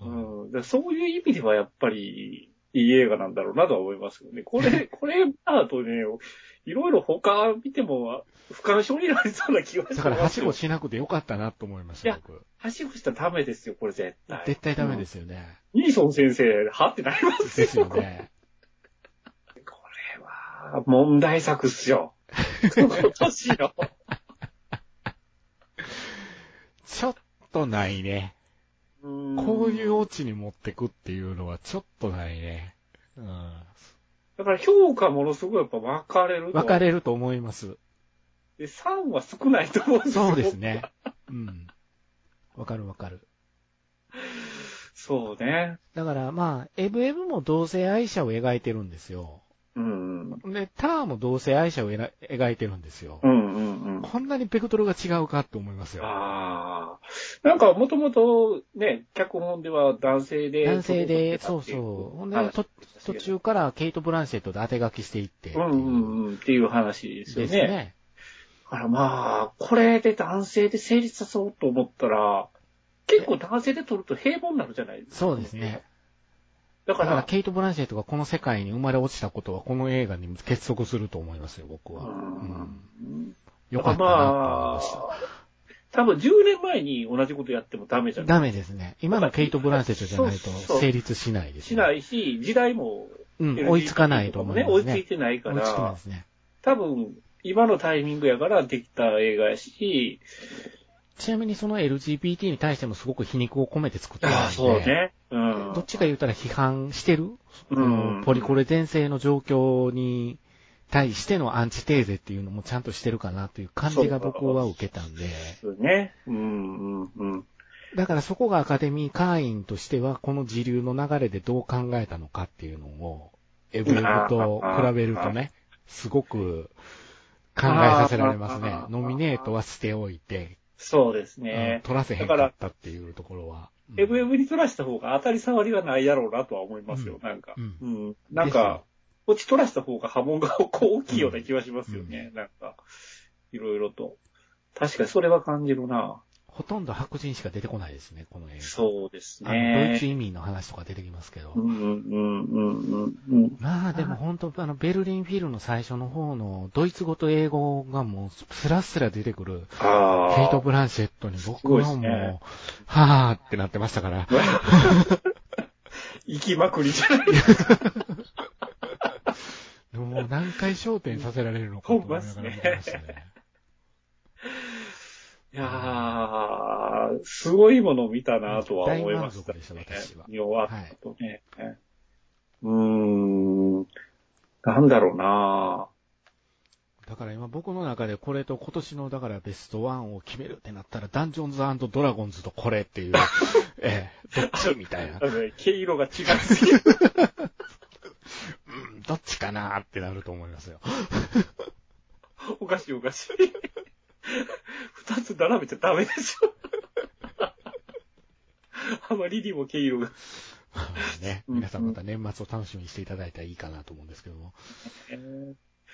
Speaker 2: うん
Speaker 3: うん、でそういう意味ではやっぱり、いい映画なんだろうなとは思いますよね。こ れ、これだとね、いろいろ他見ても不干渉になりそうな気がします
Speaker 2: だから、はしご
Speaker 3: し、
Speaker 2: しなくてよかったなと思いまし
Speaker 3: い
Speaker 2: た、
Speaker 3: や
Speaker 2: 僕。
Speaker 3: はしごしたらダメですよ、これ絶対。
Speaker 2: 絶対ダメですよね。
Speaker 3: ニーソン先生、はってなります
Speaker 2: で
Speaker 3: よ。
Speaker 2: すよね。
Speaker 3: これは、問題作っ すよ。今年の。
Speaker 2: ちょっとないね。こういうオチに持ってくっていうのはちょっとないね。うん。
Speaker 3: だから評価ものすごいやっぱ分かれる。
Speaker 2: 分かれると思います。
Speaker 3: で、3は少ないと思うんですよ
Speaker 2: そうです。ね。うん。わかるわかる。
Speaker 3: そうね。
Speaker 2: だからまあ、エブエブも同性愛者を描いてるんですよ。
Speaker 3: うん。うん
Speaker 2: で、ターも同性愛者をえら描いてるんですよ
Speaker 3: う。んうん。
Speaker 2: こんなにベクトルが違うかって思いますよ。
Speaker 3: ああ。なんか、もともと、ね、脚本では男性で。
Speaker 2: 男性で、
Speaker 3: 撮
Speaker 2: そ
Speaker 3: っ
Speaker 2: う
Speaker 3: てたってい
Speaker 2: そう。ほん
Speaker 3: 話
Speaker 2: で、と途中からケイト・ブランシェットで当て書きしていってって
Speaker 3: う
Speaker 2: い
Speaker 3: んうんうん。っていう話で
Speaker 2: です
Speaker 3: よ
Speaker 2: す
Speaker 3: ね。
Speaker 2: ね。
Speaker 3: だからまあ、これで男性で成立さそうと思ったら、結構男性で撮ると平凡になるじゃないですか。
Speaker 2: そうですね。
Speaker 3: だか
Speaker 2: だから、
Speaker 3: ら、
Speaker 2: ケイト・ブランシェットがこの世界に生まれ落ちたことは、この映画に結束すると思いますよ、僕は。
Speaker 3: う
Speaker 2: うん。
Speaker 3: ん。
Speaker 2: よかったなと思いました。
Speaker 3: だからまあ多分10年前に同じことやってもダメじゃない
Speaker 2: ダメですね。今のケイト・ブランセットじゃないと成立しないです、ね。。
Speaker 3: しないいし、時代も、
Speaker 2: うん、追いつかないと思います
Speaker 3: ね。追いつ
Speaker 2: ね
Speaker 3: い。てないか
Speaker 2: 追いつかない
Speaker 3: ら
Speaker 2: で、すね。
Speaker 3: 多分、今のタイミングやからできた映画やし、
Speaker 2: ちなみにその LGBT に対してもすごく皮肉を込めて作ってます
Speaker 3: そうね。うん。
Speaker 2: どっちか言うたら批判してる、
Speaker 3: うん
Speaker 2: このポリコレ全盛の状況に対してのアンチテーゼっていうのもちゃんとしてるかなという感じが僕は受けたんで。
Speaker 3: ね。うん、うん、うん。
Speaker 2: だからそこがアカデミー会員としては、この時流の流れでどう考えたのかっていうのを、エブエブと比べると ね、すごく考えさせられますね
Speaker 3: あ。ー
Speaker 2: ノミネートはしておいて、
Speaker 3: そうです
Speaker 2: うん
Speaker 3: ね。
Speaker 2: 取らせへんかったっていうところは。
Speaker 3: エブエ
Speaker 2: ブ
Speaker 3: ブに取らした方が当たり障りはないだろうなとは思います
Speaker 2: う
Speaker 3: よ、
Speaker 2: ん
Speaker 3: なんか。
Speaker 2: うん
Speaker 3: うん。なんか、こっち取らした方が波紋がこう大きいような気はしますよね、なんか。いろいろと。確かにそれは感じるな。
Speaker 2: ほとんど白人しか出てこないですね、この映
Speaker 3: そうです
Speaker 2: 画。あのドイツ
Speaker 3: ね。
Speaker 2: 移民の話とか出てきますけど。
Speaker 3: うんうんうんうんうん。
Speaker 2: まあでも本当、あの、ベルリンフィルの最初の方の、ドイツ語と英語がもう、スラスラ出てくる、
Speaker 3: ああ。
Speaker 2: ケイト・ブランシェットに僕は
Speaker 3: すごいで
Speaker 2: も
Speaker 3: す
Speaker 2: う、
Speaker 3: ね
Speaker 2: はぁーってなってましたから、
Speaker 3: 行きまくりじゃない
Speaker 2: もう何回焦点させられるのかと思いながら見てましたね。
Speaker 3: いやー、すごいものを見たなとは思いました、
Speaker 2: 大満足でした私は
Speaker 3: 見終わったとね。うーん。なんだろうな
Speaker 2: だから今僕の中でこれと今年のだからベストワンを決めるってなったら、ダンジョンズドラゴンズとこれっていう、 ええ、どっちみたいな、
Speaker 3: なんかね毛色が違いすぎる。
Speaker 2: うん、どっちかなーってなると思いますよ。
Speaker 3: おかしいおかしい。二つ並べちゃダメでしょ。あまりにも毛色が。
Speaker 2: ね、皆さんまた年末を楽しみにしていただいたらいいかなと思うんですけども。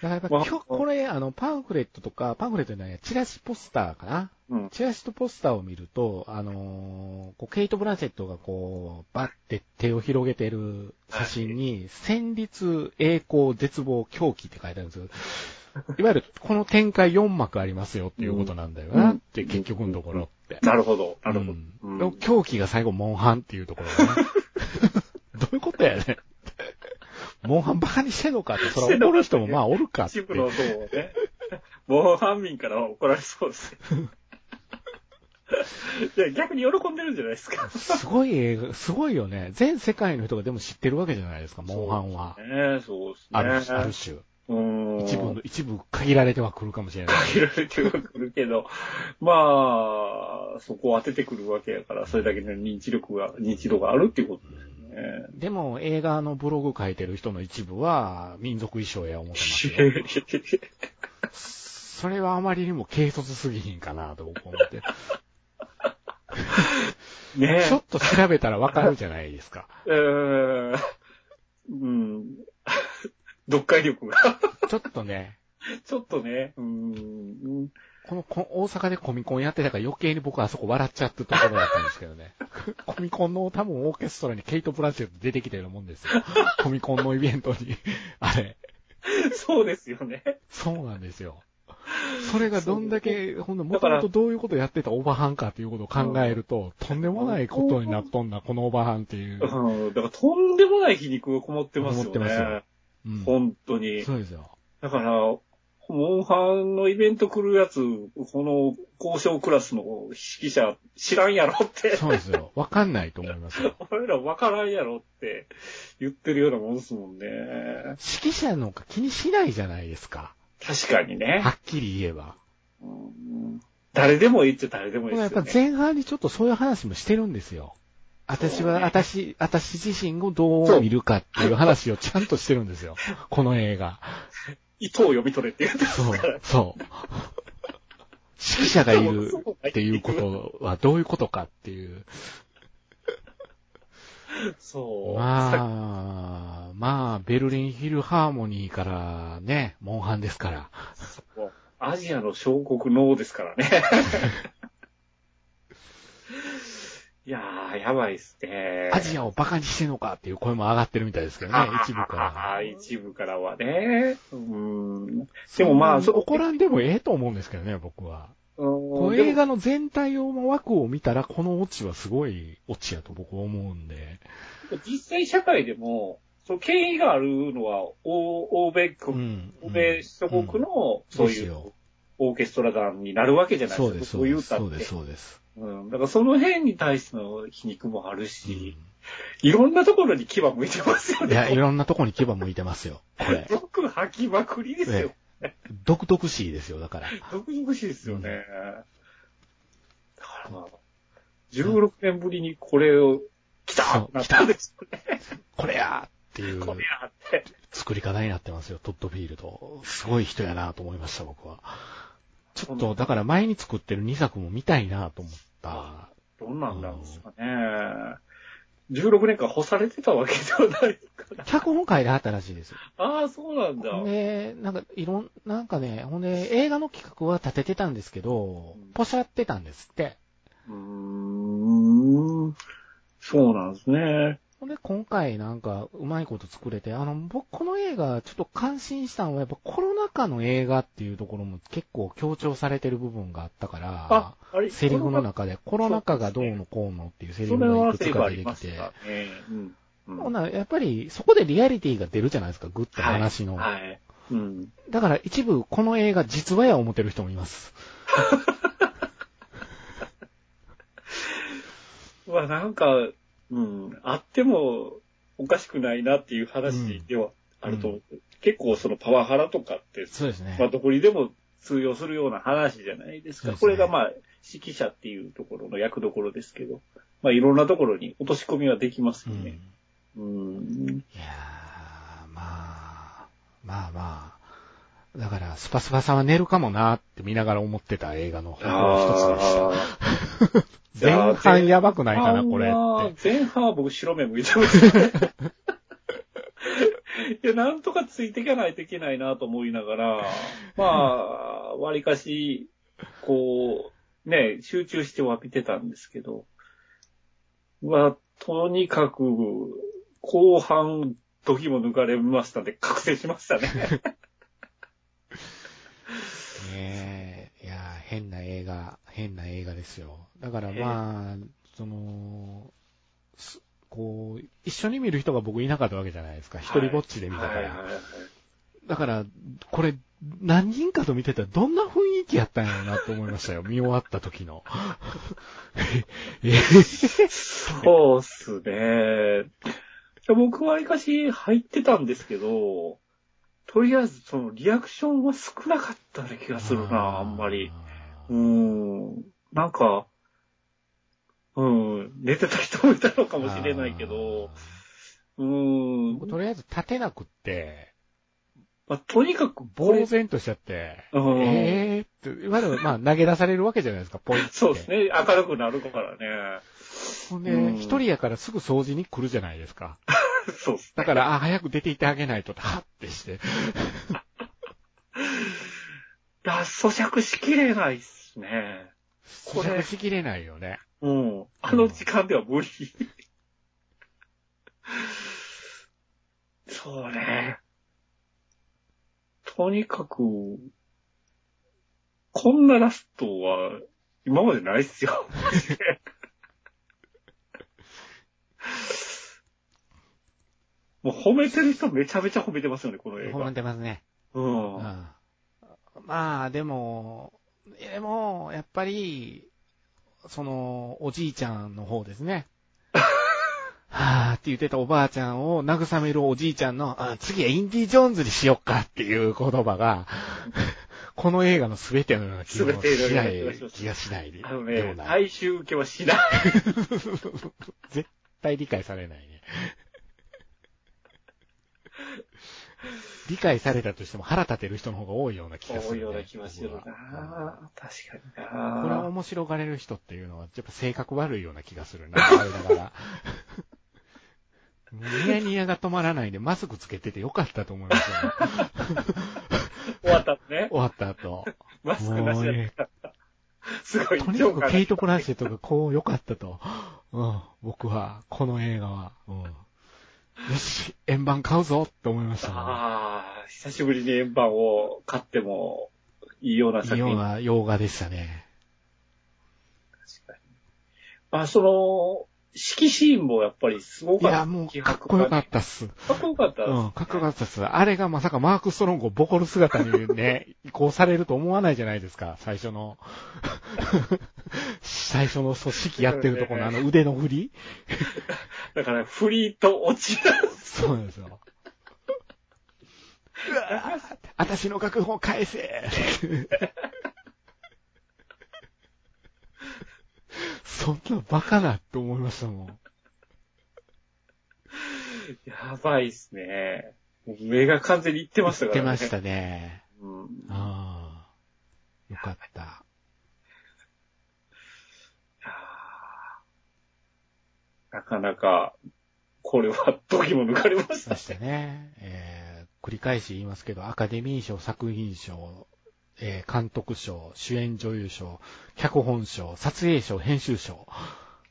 Speaker 2: だからやっぱ
Speaker 3: わ
Speaker 2: 今日、これ、あの、パンフレットとか、パンフレットじゃないや、チラシポスターかな
Speaker 3: うん。
Speaker 2: チラシとポスターを見ると、あのーこうケイト・ブランセットがこう、バッて手を広げてる写真に、戦慄、栄光、絶望、狂気って書いてあるんですよ。いわゆる、この展開4幕ありますよっていうことなんだよな、って、
Speaker 3: うん
Speaker 2: 結局のところって。
Speaker 3: なるほど、なるほど。
Speaker 2: うん
Speaker 3: うん
Speaker 2: 狂気が最後、モンハンっていうところがね。どういうことやねんって。モンハンバカにしてんのかって、そら怒る人もまあおるかって
Speaker 3: 一。部の像をね、防犯民からは怒られそうです。いや、逆に喜んでるんじゃないですか。
Speaker 2: すごい映画、すごいよね。全世界の人がでも知ってるわけじゃないですか、モンハンは。
Speaker 3: ねえ、そうですね。
Speaker 2: ある種、ある種。
Speaker 3: うーん。
Speaker 2: 一部の、一部限られてはくるかもしれない。
Speaker 3: いろいろ手が来るけど、まあ、そこを当ててくるわけやから、それだけの認知力が、認知度があるっていうことですね。
Speaker 2: でも、映画のブログ書いてる人の一部は、民族衣装や思ってます よ。それはあまりにも軽率すぎひんかなと僕思って。
Speaker 3: ねえ
Speaker 2: ちょっと調べたらわかるじゃないですか。
Speaker 3: うーん。うん。 読解力が。
Speaker 2: ちょっとね、
Speaker 3: ちょっとね、うーん。
Speaker 2: このこ大阪でコミコンやってたから余計に僕はあそこ笑っちゃったところだったんですけどね。コミコンの多分オーケストラにケイト・ブランシェット出てきたようなもんですよ。コミコンのイベントに。あれ。
Speaker 3: そうですよね。
Speaker 2: そうなんですよ。それがどんだけ、ほんと、もともとどういうことやってたオーバーハンかっていうことを考えると、とんでもないことになっとんな、このオーバーハンっていう。
Speaker 3: うん。だからとんでもない皮肉がこもってます
Speaker 2: こ
Speaker 3: よね。
Speaker 2: もってますようん。
Speaker 3: 本当に。
Speaker 2: そうですよ。
Speaker 3: だから、モンハンのイベント来るやつ、この交渉クラスの指揮者知らんやろって、
Speaker 2: そうですよ。わかんないと思いますよ。
Speaker 3: 俺ら分からんやろって言ってるようなもんですもんね。
Speaker 2: 指揮者のか気にしないじゃないですか。
Speaker 3: 確かにね
Speaker 2: は。っきり言えば。
Speaker 3: うん誰でもいいっちゃ誰でもい
Speaker 2: これ
Speaker 3: いで
Speaker 2: やっ
Speaker 3: すよ
Speaker 2: ぱ
Speaker 3: ね。
Speaker 2: 前半にちょっとそういう話もしてるんですよ。私
Speaker 3: そう
Speaker 2: は、
Speaker 3: ね
Speaker 2: 私、私自身をどう見るかっていう話をちゃんとしてるんですよ。この映画。
Speaker 3: 意図を読み取れって言ってます
Speaker 2: そう
Speaker 3: から。、
Speaker 2: そう。指揮者がいるっていうことはどういうことかっていう。
Speaker 3: そう。さ
Speaker 2: まあ、まあ、ベルリンヒルハーモニーからね、モンハンですから。
Speaker 3: もうアジアの小国の王ですから ね。いやー、やばいっすね。
Speaker 2: アジアをバカにしてんのかっていう声も上がってるみたいですけどね、一部から。
Speaker 3: ら。一部からはね。うーん。でもまあ
Speaker 2: そんな
Speaker 3: そ
Speaker 2: に怒らんでもええと思うんですけどね、僕は。こ
Speaker 3: こ
Speaker 2: の映画の全体を枠を見たら、このオチはすごいオチやと僕は思うんで。
Speaker 3: 実際社会でも、そう、権威があるのは、欧欧米国、
Speaker 2: ん
Speaker 3: 欧米諸国の、そう
Speaker 2: です
Speaker 3: い
Speaker 2: よ
Speaker 3: う、オーケストラ団になるわけじゃない
Speaker 2: そう
Speaker 3: で
Speaker 2: ですす、
Speaker 3: か。
Speaker 2: そう
Speaker 3: い
Speaker 2: で
Speaker 3: う
Speaker 2: す、
Speaker 3: 歌
Speaker 2: そう
Speaker 3: っ
Speaker 2: です、
Speaker 3: て。
Speaker 2: そうです。
Speaker 3: うん。だからその辺に対しての皮肉もある
Speaker 2: う
Speaker 3: し、
Speaker 2: ん
Speaker 3: いろんなところに牙向いてますよ
Speaker 2: いや、い
Speaker 3: ね。
Speaker 2: ろんなとこに牙向いてますよ、これ。
Speaker 3: 僕吐きまくりですよ
Speaker 2: え。え独々しいですよ、だから。
Speaker 3: 独々しいですよね。だからまあ、16年ぶりにこれを、来た
Speaker 2: そう
Speaker 3: なったんですよね。
Speaker 2: これやーっていう
Speaker 3: これやって。
Speaker 2: 作り方になってますよ、トッドフィールド。すごい人やなと思いました、僕は。ちょっと、だから前に作ってる2作も見たいなと思った。
Speaker 3: どんなんなんですかね。16年間干されてたわけではないから。
Speaker 2: 脚本会であったらしいですよ。
Speaker 3: ああ、そうなんだ。
Speaker 2: で、なんか、いろん、なんかね、ほんで、映画の企画は立ててたんですけど
Speaker 3: うん、
Speaker 2: ポシャってたんですって。
Speaker 3: うーん。そうなんですね。
Speaker 2: ほんで、今回なんか、うまいこと作れて、あの、僕、この映画、ちょっと感心したのは、やっぱコロナ禍の映画っていうところも結構強調されてる部分があったから
Speaker 3: あ、、あれ
Speaker 2: セリフの
Speaker 3: 中
Speaker 2: 中で、コロナ禍がどうのこうのっていうセリ
Speaker 3: そ
Speaker 2: フ
Speaker 3: れ
Speaker 2: がい
Speaker 3: は
Speaker 2: く
Speaker 3: セ
Speaker 2: つ
Speaker 3: リフ
Speaker 2: か
Speaker 3: あ
Speaker 2: 出
Speaker 3: り
Speaker 2: て
Speaker 3: ま
Speaker 2: き、
Speaker 3: してたね。うん。うん
Speaker 2: ほな、やっぱり、そこでリアリティが出るじゃないですか、グッと話の。
Speaker 3: はい。うん。
Speaker 2: だから一部、この映画、実話や思ってる人もいます。
Speaker 3: まあなんか、うん、あってもおかしくないなっていう話ではあると思う、結構そのパワハラとかって、
Speaker 2: そうですね
Speaker 3: まあどこにでも通用するような話じゃないですか。
Speaker 2: そうですね
Speaker 3: これがまあ指揮者っていうところの役どころですけど、まあいろんなところに落とし込みはできます
Speaker 2: う
Speaker 3: よ
Speaker 2: ん。
Speaker 3: ね。うん。
Speaker 2: いやー、まあ、まあまあ。だから、スパスパさんは寝るかもなーって見ながら思ってた映画の方の一つでした。
Speaker 3: あ
Speaker 2: 前
Speaker 3: ー
Speaker 2: 半やばくないかな、
Speaker 3: 前半
Speaker 2: これ
Speaker 3: は
Speaker 2: って。
Speaker 3: 前半は僕白目向いてましたね。 いや、なんとかついていかないといけないなと思いながら、まあ、わりかし、こう、ね、集中してわびてたんですけど、まあ、とにかく、後半、時も抜かれましたんで、覚醒しまし たね。
Speaker 2: ねえ、いやー、変な映画、変な映画ですよ。だからまあ、その、すこう、一緒に見る人が僕いなかったわけじゃないですか。一人ぼっちで見たから。
Speaker 3: はいはいはい
Speaker 2: だから、これ、何人かと見てたらどんな雰囲気やったんやろうなと思いましたよ。見終わった時の。え
Speaker 3: そうっすね。僕はわりかし入ってたんですけど、とりあえずそのリアクションは少なかったような気がするな、あんまり。。うーん。なんか、うん、寝てた人もいたのかもしれないけど、うー
Speaker 2: あー。
Speaker 3: ん、
Speaker 2: とりあえず立てなくって、
Speaker 3: まあ、とにかくこ
Speaker 2: 呆
Speaker 3: れ、
Speaker 2: 然としちゃって、
Speaker 3: うん
Speaker 2: ええーって、いわゆるまあ投げ出されるわけじゃないですか、ポイント。
Speaker 3: そうですね、明るくなるからね。
Speaker 2: ほんで
Speaker 3: う、ん
Speaker 2: 一人やからすぐ掃除に来るじゃないですか。
Speaker 3: そうっす。
Speaker 2: だから、あ、早く出ていってあげないと、はってして。
Speaker 3: 脱咀嚼しきれないっすね。これ
Speaker 2: 咀嚼しきれないよね。
Speaker 3: うん。あの時間では無理。そうね。とにかく、こんなラストは今までないっす よ。もう褒めてる人めちゃめちゃ褒めてますよね、この映
Speaker 2: 褒
Speaker 3: 画
Speaker 2: め。てますね。
Speaker 3: うん。うん。
Speaker 2: まあ、でも、でも、やっぱり、その、おじいちゃんの方です ね。はぁって言ってたおばあちゃんを慰めるおじいちゃんの、あ次はインディ・ジョーンズにしよっかっていう言葉が、 この映画の全てのような気が
Speaker 3: 全て
Speaker 2: し
Speaker 3: の
Speaker 2: な
Speaker 3: ような気がしま
Speaker 2: い
Speaker 3: す
Speaker 2: 気がしないで。
Speaker 3: あの
Speaker 2: よ
Speaker 3: ね
Speaker 2: う、な
Speaker 3: 大衆受けはしない。
Speaker 2: 絶対理解されない ね。理解されたとしても腹立てる人の方が多いような気がする、
Speaker 3: 多
Speaker 2: ね。
Speaker 3: いような気がするな
Speaker 2: 僕は
Speaker 3: 確かに
Speaker 2: うん
Speaker 3: な
Speaker 2: これ面白がれる人っていうのは、やっぱ性格悪いような気がす るな、あれだから。もうニヤニヤが止まらないで、マスクつけててよかったと思いますよ、
Speaker 3: 終わったね。
Speaker 2: 終わった後。
Speaker 3: マスクなしだった。すごい、
Speaker 2: とに
Speaker 3: ジョ
Speaker 2: か
Speaker 3: ーカ
Speaker 2: く
Speaker 3: ー
Speaker 2: ケイ
Speaker 3: だ
Speaker 2: ト・プランシェットがこう良かったと。うん、僕は、この映画は。うん、よし、円盤買うぞって思いましたね、
Speaker 3: ああ、久しぶりに円盤を買ってもいいようない作
Speaker 2: いよう
Speaker 3: 品。
Speaker 2: な洋画でしたね。
Speaker 3: 確かにまあ、その、色シーンもやっぱりすご
Speaker 2: い
Speaker 3: かった。
Speaker 2: や、もう、かっこよかったっす。
Speaker 3: かっこよかったですね。
Speaker 2: うん、かっこよかったっす。あれがまさかマーク・ストロングをボコる姿に ね、移行されると思わないじゃないですか、最初の。最初の組織やってるとこのあの腕の振り
Speaker 3: だから、フリーと落ちなんです。
Speaker 2: そうなんですよ。うわぁ私の楽譜返せそんなバカなって思いましたもん。
Speaker 3: やばいっすね。もう目が完全にいってました
Speaker 2: 言って
Speaker 3: からね。
Speaker 2: まし。たね。
Speaker 3: うん、
Speaker 2: ああ。よかった。
Speaker 3: いやーなかなか、これは時も抜かれまし
Speaker 2: ま
Speaker 3: た。
Speaker 2: してね、えー繰り返し言いますけど、アカデミー賞、作品賞、えー監督賞、主演女優賞、脚本賞、撮影賞、編集賞、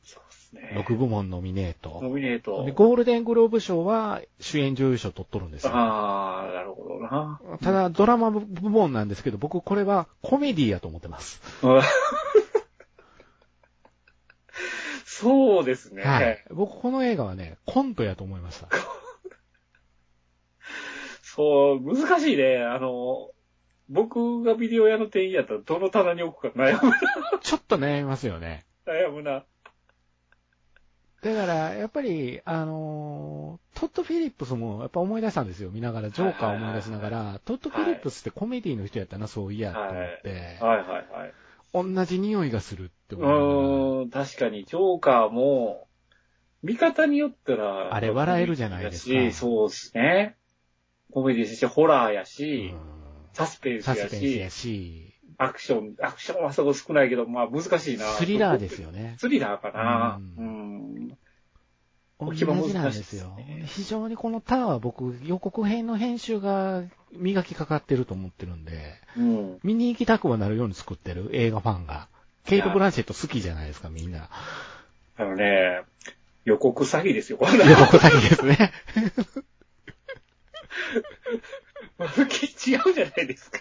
Speaker 3: そうですね。
Speaker 2: 6部門ノミネート。
Speaker 3: ノミネート
Speaker 2: で。ゴールデングローブ賞は主演女優賞取っとるんですよ。
Speaker 3: ああ、なるほどな。
Speaker 2: ただ、ドラマ部門なんですけど、僕これはコメディやと思ってます。
Speaker 3: うん そうですね。
Speaker 2: はい。僕この映画はね、コントやと思いました。
Speaker 3: そう、難しいね。あの、僕がビデオ屋の店員やったらどの棚に置くか悩む、
Speaker 2: ちょっと悩みますよね。
Speaker 3: 悩むな。
Speaker 2: だから、やっぱり、あのートッド・フィリップスもやっぱ思い出したんですよ。見ながら、ジョーカーを思い出しながら、トッド・フィリップスってコメディの人やったな、そういや、と思って、
Speaker 3: はいはいはい。
Speaker 2: 同じ匂いがするって
Speaker 3: う
Speaker 2: 思う。
Speaker 3: ーん、確かに、ジョーカーも、見方によったら、
Speaker 2: あれ笑えるじゃないですか
Speaker 3: コメディだしそうですね。コメディですし、ホラーやし、サスペンス
Speaker 2: サ
Speaker 3: や
Speaker 2: スペンス
Speaker 3: し
Speaker 2: や、し、
Speaker 3: アクション、アクションはそこ少ないけど、まあ難しいな。
Speaker 2: スリラーですよね。
Speaker 3: スリラーかな。
Speaker 2: う
Speaker 3: うん。
Speaker 2: 同
Speaker 3: 僕
Speaker 2: じなんです
Speaker 3: 僕
Speaker 2: よ
Speaker 3: も難しいですね。
Speaker 2: 非常にこのターは僕、予告編の編集が磨きかかってると思ってるんで、
Speaker 3: うん。
Speaker 2: 見に行きたくはなるように作ってる映画ファンが。ケイト・ブランシェット好きじゃないですか、みんな。
Speaker 3: あのね、予告詐欺です よ、こんな
Speaker 2: 予告先ですね。
Speaker 3: 向き違うじゃな いですか。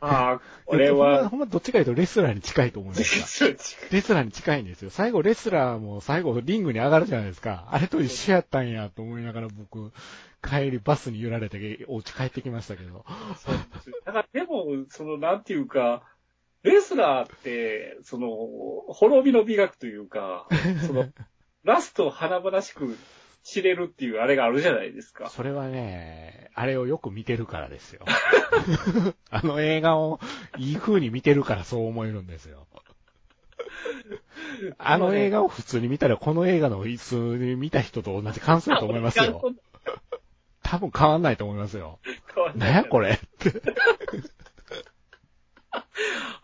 Speaker 3: ああ、これ
Speaker 2: ほんま
Speaker 3: は、
Speaker 2: ほんまどっちかというとレスラーに近いと思いま す
Speaker 3: ちょっと
Speaker 2: レスラーに近いんですよ。最後レスラーも最後リングに上がるじゃないですか。あれと一緒やったんやと思いながら僕、帰りバスに揺られてお家帰ってきましたけど。
Speaker 3: そうだからでも、その、なんていうか、レスラーって、その、滅びの美学というか、その、ラストを華々しく知れるっていうあれがあるじゃないですか。
Speaker 2: それはね、あれをよく見てるからですよ。あの映画をいい風に見てるからそう思えるんですよ。あの映画を普通に見たらこの映画の普通に見た人と同じ感想だと思い ますよ。多分変わんないと思いますよ。
Speaker 3: 変わんな
Speaker 2: なん
Speaker 3: い
Speaker 2: やこれ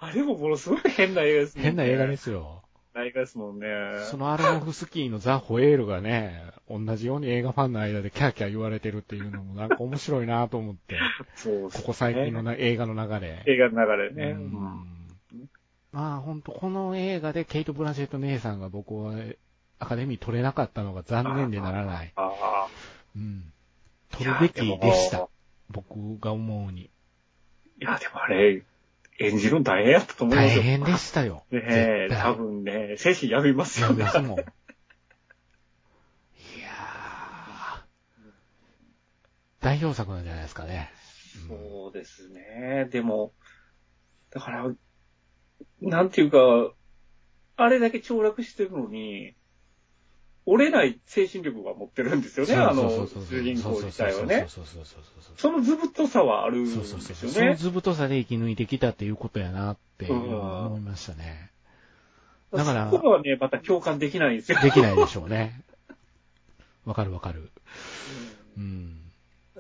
Speaker 3: あれもものすごく変な映画ですね。
Speaker 2: 変な映画ですよ。
Speaker 3: 映画ですもんね。
Speaker 2: そのアラノフスキーのザ・ホエールがね、同じように映画ファンの間でキャーキャー言われてるっていうのもなんか面白いなと思って、
Speaker 3: そうです
Speaker 2: こ
Speaker 3: ね。
Speaker 2: こ最近のな映画の流れ。
Speaker 3: 映画の流れね。
Speaker 2: う
Speaker 3: うん
Speaker 2: んまあ本当この映画でケイト・ブランシェット姉さんが僕はアカデミー取れなかったのが残念でならない。
Speaker 3: ああ。
Speaker 2: うん。取るべきでした。僕が思うに。
Speaker 3: いや、でもあれ、演じるの大変やったと思いま
Speaker 2: 大
Speaker 3: すよ。ね
Speaker 2: 変でしたよ。
Speaker 3: え、
Speaker 2: 絶対
Speaker 3: 多分ね、精神病みますよ
Speaker 2: そう
Speaker 3: ね
Speaker 2: で。すもん。いやー代表作なんじゃないですかね。うん
Speaker 3: そうですね。でも、だから、なんていうか、あれだけ凋落してるのに、折れない精神力が持ってるんですよね、あの、主人公自体はね。
Speaker 2: そうそうそうそうそうそう
Speaker 3: その図太さはあるん
Speaker 2: そう
Speaker 3: です
Speaker 2: そう
Speaker 3: よ
Speaker 2: そうそう。その
Speaker 3: ね。
Speaker 2: 図太さで生き抜いてきたっていうことやなっていうのは思いましたね。だから
Speaker 3: そこはね、また共感できないんで すよ。
Speaker 2: できないでしょうね。わかるわかる。うん。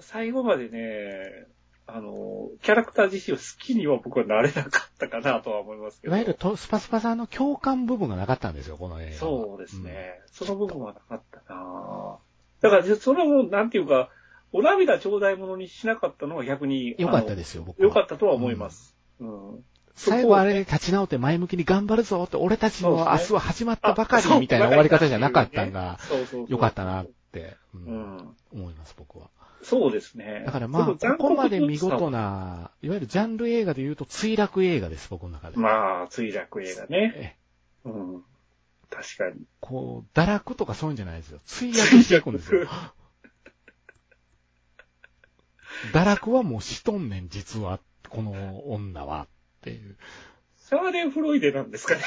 Speaker 3: 最後までね、あの、キャラクター自身を好きには僕はなれなかったかなとは思いますけ
Speaker 2: い
Speaker 3: ど。
Speaker 2: わゆるとスパスパさんの共感部分がなかったんですよ、この映画は。
Speaker 3: そうですね。その部分はなかったなだから、それも、なんていうか、お涙頂戴ものにしなかったのは逆に。
Speaker 2: うん。よかった
Speaker 3: す。
Speaker 2: ですよ、僕は。
Speaker 3: よかったとは思います。うん。
Speaker 2: 最後あれ立ち直って前向きに頑張るぞって、俺たちの明日は始まったばか
Speaker 3: そうです
Speaker 2: り
Speaker 3: ね
Speaker 2: みたいな終わり方じゃなかったんが、
Speaker 3: そうそうそう
Speaker 2: よかったなって、うん
Speaker 3: うん。
Speaker 2: 思います、僕は。
Speaker 3: そうですね。
Speaker 2: だからまあ、
Speaker 3: その
Speaker 2: こ
Speaker 3: 残酷
Speaker 2: こまで見
Speaker 3: さ
Speaker 2: 事な、いわゆるジャンル映画で言うと墜落映画です、僕の中で。
Speaker 3: まあ、墜落映画ね。
Speaker 2: ええ
Speaker 3: うん。確かに。
Speaker 2: こう、堕落とかそういうんじゃないですよ。墜落していくんで すよ。堕落はもうしとんねん、実は、この女は、っていう。
Speaker 3: シャーレン・フロイデなんですか ね。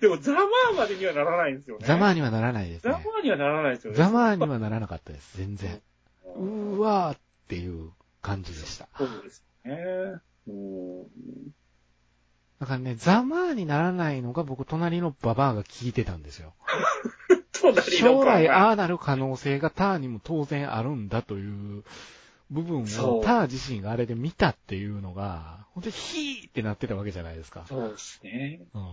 Speaker 3: でも、ザマーまでにはならないんですよね。
Speaker 2: ざまあにはならないです
Speaker 3: ザマ
Speaker 2: ね。
Speaker 3: ーにはならないですよね。
Speaker 2: ざまあにはならなかったです、全然。うーわーっていう感じでした。
Speaker 3: そうですね。うん。
Speaker 2: だからね、ざまあにならないのが僕、隣のババアが聞いてたんですよ。
Speaker 3: 隣の
Speaker 2: 将来
Speaker 3: あ
Speaker 2: ああなる可能性がターにも当然あるんだという部分
Speaker 3: そ
Speaker 2: を
Speaker 3: う
Speaker 2: ター自身があれで見たっていうのが、本当にヒーってなってたわけじゃないですか。
Speaker 3: そうですね。
Speaker 2: うん。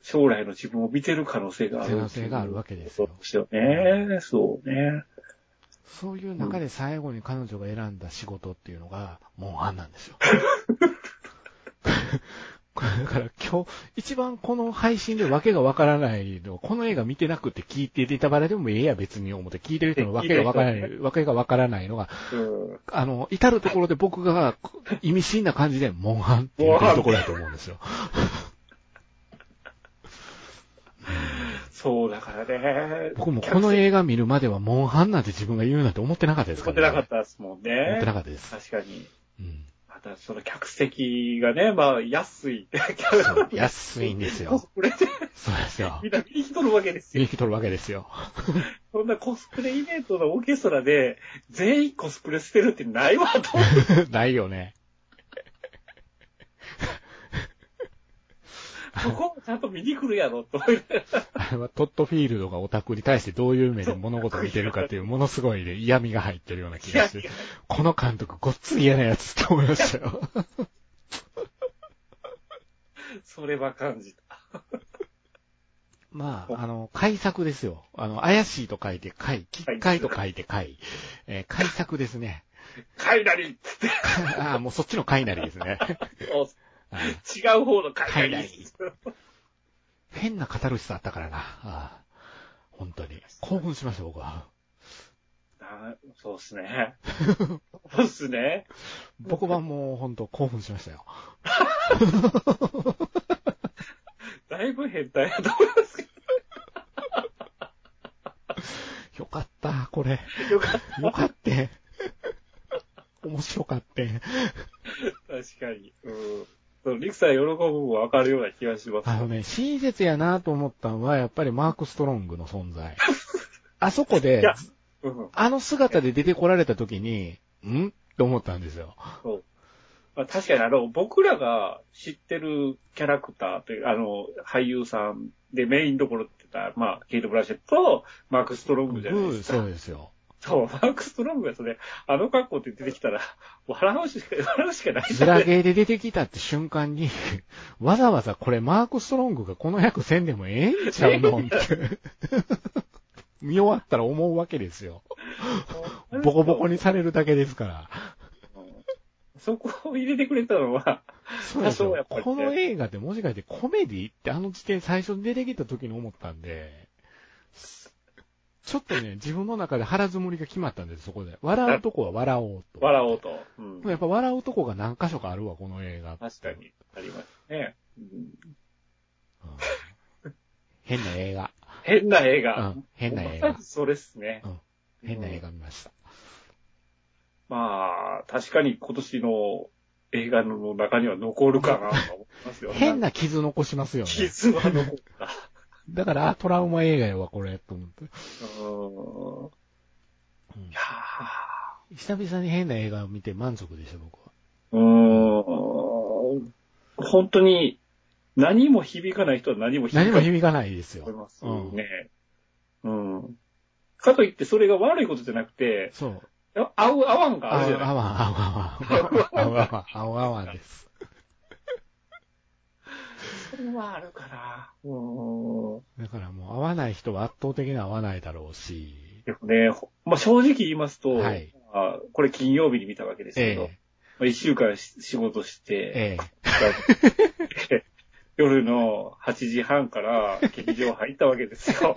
Speaker 3: 将来の自分を見てる可能性がある。
Speaker 2: 可能性があるわけです
Speaker 3: そう
Speaker 2: よ
Speaker 3: ですよね。そうね。
Speaker 2: そういう中で最後に彼女が選んだ仕事っていうのが、モンハンなんですよ。これだから今日、一番この配信でわけがわからないの、この映画見てなくて聞いてネタバレでもええや別に思って聞いてる人のわけがわからない、わけがわからないのが、
Speaker 3: うん。
Speaker 2: あの、至るところで僕が意味深な感じで、モンハンって言ってるところだと思うんですよ。
Speaker 3: そう、だからね。
Speaker 2: 僕もこの映画見るまではモンハンなんて自分が言うなんて思ってなかったです
Speaker 3: 使
Speaker 2: か
Speaker 3: って
Speaker 2: ら
Speaker 3: なかったですもんね。
Speaker 2: 思ってなかったです。
Speaker 3: 確かに。
Speaker 2: うん。
Speaker 3: また、その客席がね、まあ、安い。
Speaker 2: そう安いんです よ
Speaker 3: コ。スプレで
Speaker 2: そうですよ
Speaker 3: み。んな見に来とるわけです
Speaker 2: 見
Speaker 3: よ
Speaker 2: に。来とるわけですよ。
Speaker 3: そんなコスプレイベントのオーケストラで、全員コスプレしてるってないわ、 と思って。
Speaker 2: ないよね。
Speaker 3: そこもちゃんと見に来るやろ、と思いながら
Speaker 2: あれはトットフィールドがオタクに対してどういう目で物事を見てるかっていう、ものすごいね、嫌味が入ってるような気がし
Speaker 3: い
Speaker 2: て
Speaker 3: や、
Speaker 2: この監督ごっつい嫌なやつって思いました よ。
Speaker 3: それは感じた。
Speaker 2: まあ、あの、改作ですよ。あの、怪しいと書いて、怪、きっかいと書いて、怪。えー改作ですね。
Speaker 3: カイナリっつって。
Speaker 2: ああ、もうそっちの怪なりです ね。はい
Speaker 3: 違う方のカイナリ。
Speaker 2: 変なカタルシスあったからな。ああ本当に。興奮しました、僕は。
Speaker 3: なそうっす ね。そうっすね。
Speaker 2: 僕はもう本当興奮しましたよ。
Speaker 3: だいぶ変態やと思いますけ
Speaker 2: よかった、これ。
Speaker 3: ど、よかっ
Speaker 2: よかって。面白かって。
Speaker 3: た。確かに。うんその。リクさん喜ぶのもわかるような気がします。
Speaker 2: あのね、親切やなと思ったのは、やっぱりマーク・ストロングの存在。あそこ
Speaker 3: い
Speaker 2: で
Speaker 3: や、うん。
Speaker 2: あの姿で出てこられた時に、んって思ったんですよ。
Speaker 3: そう。まあ、確かにあの、僕らが知ってるキャラクターという、あの、俳優さんでメインどころって言ったら、まあ、ケイト・ブラシェットとマーク・ストロングじゃないですか。
Speaker 2: そうですよ。
Speaker 3: そう、マークストロングがそれ、あの格好って出てきたら、笑うしか、笑うしかないん
Speaker 2: ズラ
Speaker 3: だね。
Speaker 2: ゲーで出てきたって瞬間に、わざわざこれマーク・ストロングがこの役せんでもええんちゃうのって。 見終わったら思うわけですよ。ボコボコにされるだけですから。
Speaker 3: そこを入れてくれたのは、
Speaker 2: そうです
Speaker 3: そう
Speaker 2: よ
Speaker 3: やっ。ぱりね
Speaker 2: この映画ってもしかしてコメディってあの時点最初に出てきた時に思ったんで、ちょっと ね、自分の中で腹積もりが決まったんです、そこで。笑うとこは笑おうと。
Speaker 3: 笑おうと。うん
Speaker 2: でもやっぱ笑うとこが何箇所かあるわ、この映画。
Speaker 3: 確かに、ありますね。うん
Speaker 2: うん。変な映画。
Speaker 3: 変な映
Speaker 2: う
Speaker 3: 画。
Speaker 2: ん。変な映
Speaker 3: ま
Speaker 2: 画
Speaker 3: さに。それっすね。
Speaker 2: 変な映画見ました。
Speaker 3: まあ、確かに今年の映画の中には残るかなと思いますよ。
Speaker 2: 変な傷残しますよね。
Speaker 3: 傷は残った。
Speaker 2: だから、あトラウマ映画やわ、これ、と思って。
Speaker 3: う
Speaker 2: うん
Speaker 3: ん。いや
Speaker 2: 久々に変な映画を見て満足でした、僕は。
Speaker 3: ーうーん。本当に、何も響かない人は何も響
Speaker 2: 何
Speaker 3: かな
Speaker 2: も
Speaker 3: い
Speaker 2: 響かないですよ
Speaker 3: と思い。ます
Speaker 2: うん
Speaker 3: ね。うん。かといって、それが悪いことじゃなくて、
Speaker 2: そう。
Speaker 3: あ合う、合わんがあ
Speaker 2: あ
Speaker 3: るじゃ
Speaker 2: わ
Speaker 3: ない
Speaker 2: あわあわあわあわあわあわあです。
Speaker 3: それはあるから。うん。
Speaker 2: だからもう、合わない人は圧倒的に合わないだろうし。
Speaker 3: でもね、ほまあ、正直言いますと、
Speaker 2: はい
Speaker 3: まあ、これ金曜日に見たわけですけど、
Speaker 2: え
Speaker 3: まあ、一週間し仕事して、
Speaker 2: えええ。
Speaker 3: 夜の8時半から劇場入ったわけです よ。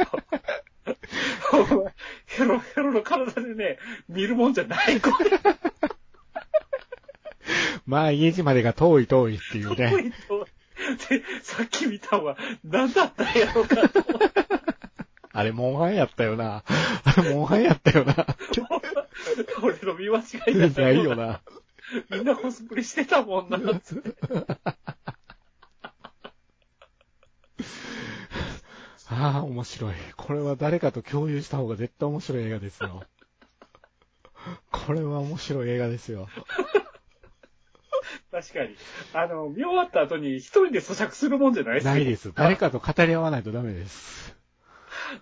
Speaker 3: ヘロヘロの体でね、見るもんじゃない、これ。
Speaker 2: まあ、家路までが遠い遠いっていうね。
Speaker 3: で、さっき見たのは何だったんやろうかと。
Speaker 2: あれ、モンハンやったよな。あれ、モンハンやったよな。
Speaker 3: 俺の見間違いだった
Speaker 2: ない
Speaker 3: よ
Speaker 2: よ
Speaker 3: うな。
Speaker 2: な。
Speaker 3: みんなコスプレしてたもんな、つって。
Speaker 2: ああ、面白い。これは誰かと共有した方が絶対面白い映画ですよ。これは面白い映画ですよ。
Speaker 3: 確かに。あの、見終わった後に一人で咀嚼するもんじゃないですよ
Speaker 2: ないです。誰かと語り合わないとダメです。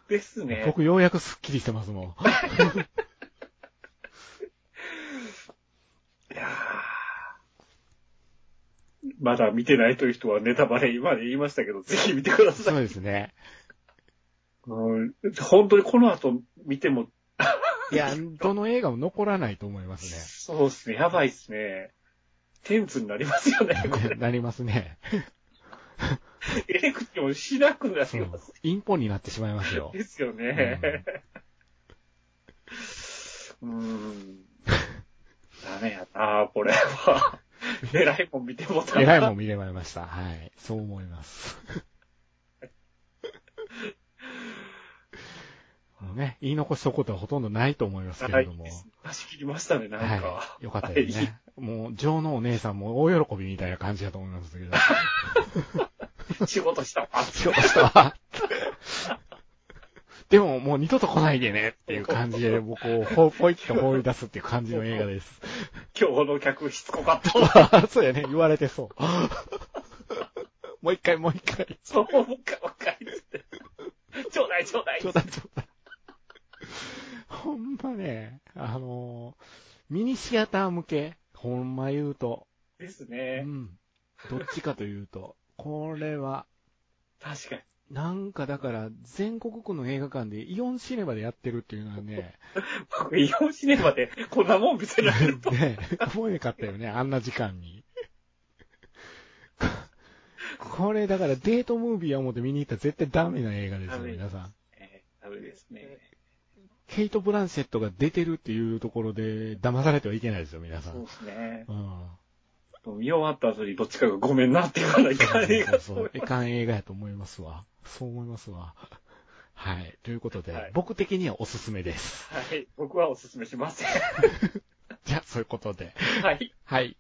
Speaker 3: ですね。
Speaker 2: 僕ようやくスッキリしてますもん。
Speaker 3: いやーまだ見てないという人はネタバレ今で言いましたけど、ぜひ見てください。
Speaker 2: そうですね。
Speaker 3: うん、本当にこの後見ても、
Speaker 2: いや、どの映画も残らないと思います
Speaker 3: そうですね、やばいですね。テンツになりますよね、こ
Speaker 2: ね。 なりますね。
Speaker 3: れ。エレクティもしなくなり
Speaker 2: そう
Speaker 3: ます。
Speaker 2: インポになってしまいますよ。
Speaker 3: ですよね。うん。ダメやな、こ れは。偉いもん見てもた
Speaker 2: えらい
Speaker 3: な
Speaker 2: もん見れまいました。はい。そう思い ます。もうね、言い残しとくことはほとんどないと思いますけ
Speaker 3: は
Speaker 2: れ
Speaker 3: い
Speaker 2: ども。。
Speaker 3: 出し切りましたね、なんか。
Speaker 2: はい。よかったですね。もう、女王のお姉さんも大喜びみたいな感じだと思いますけど。
Speaker 3: はい。仕事したわ。
Speaker 2: 仕事したわ。でも、もう二度と来ないでねっていう感じ で、僕をほ、ぽいって放り出すっていう感じの映画です。
Speaker 3: 今日の客しつこかった。
Speaker 2: そうやね、言われてそう。もう一回、もう一回。
Speaker 3: そうか、わかりつって。ちょうだい、ちょうだい。
Speaker 2: ちょうだいちょうだい。ほんまね、あのーミニシアター向け、ほんま言うと、
Speaker 3: です
Speaker 2: う
Speaker 3: ね。
Speaker 2: ん。どっちかというと、これは、
Speaker 3: 確かに。
Speaker 2: なんかだから、全国区の映画館でイオンシネマでやってるっていうのはね、
Speaker 3: 僕、イオンシネマでこんなもん見せられると。
Speaker 2: ね、思えなかったよね、あんな時間に。これだからデートムービーを思って見に行ったら絶対ダメな映画ですよ、
Speaker 3: ダメ
Speaker 2: 皆さん。
Speaker 3: えーダメですね。
Speaker 2: ケイト・ブランセットが出てるっていうところで騙されてはいけないですよ、皆さ。
Speaker 3: そうんですね。
Speaker 2: うん。
Speaker 3: 見終わった後にどっちかがごめんなって言わないかん
Speaker 2: そ
Speaker 3: 映
Speaker 2: う
Speaker 3: 画
Speaker 2: そうそう。いかん映画やと思いますわ。そう思いますわ。はい。ということで、
Speaker 3: はい
Speaker 2: 僕的にはおすすめです。
Speaker 3: はい。僕はおすすめしません。
Speaker 2: じゃあ、そういうことで。
Speaker 3: はい。
Speaker 2: はい。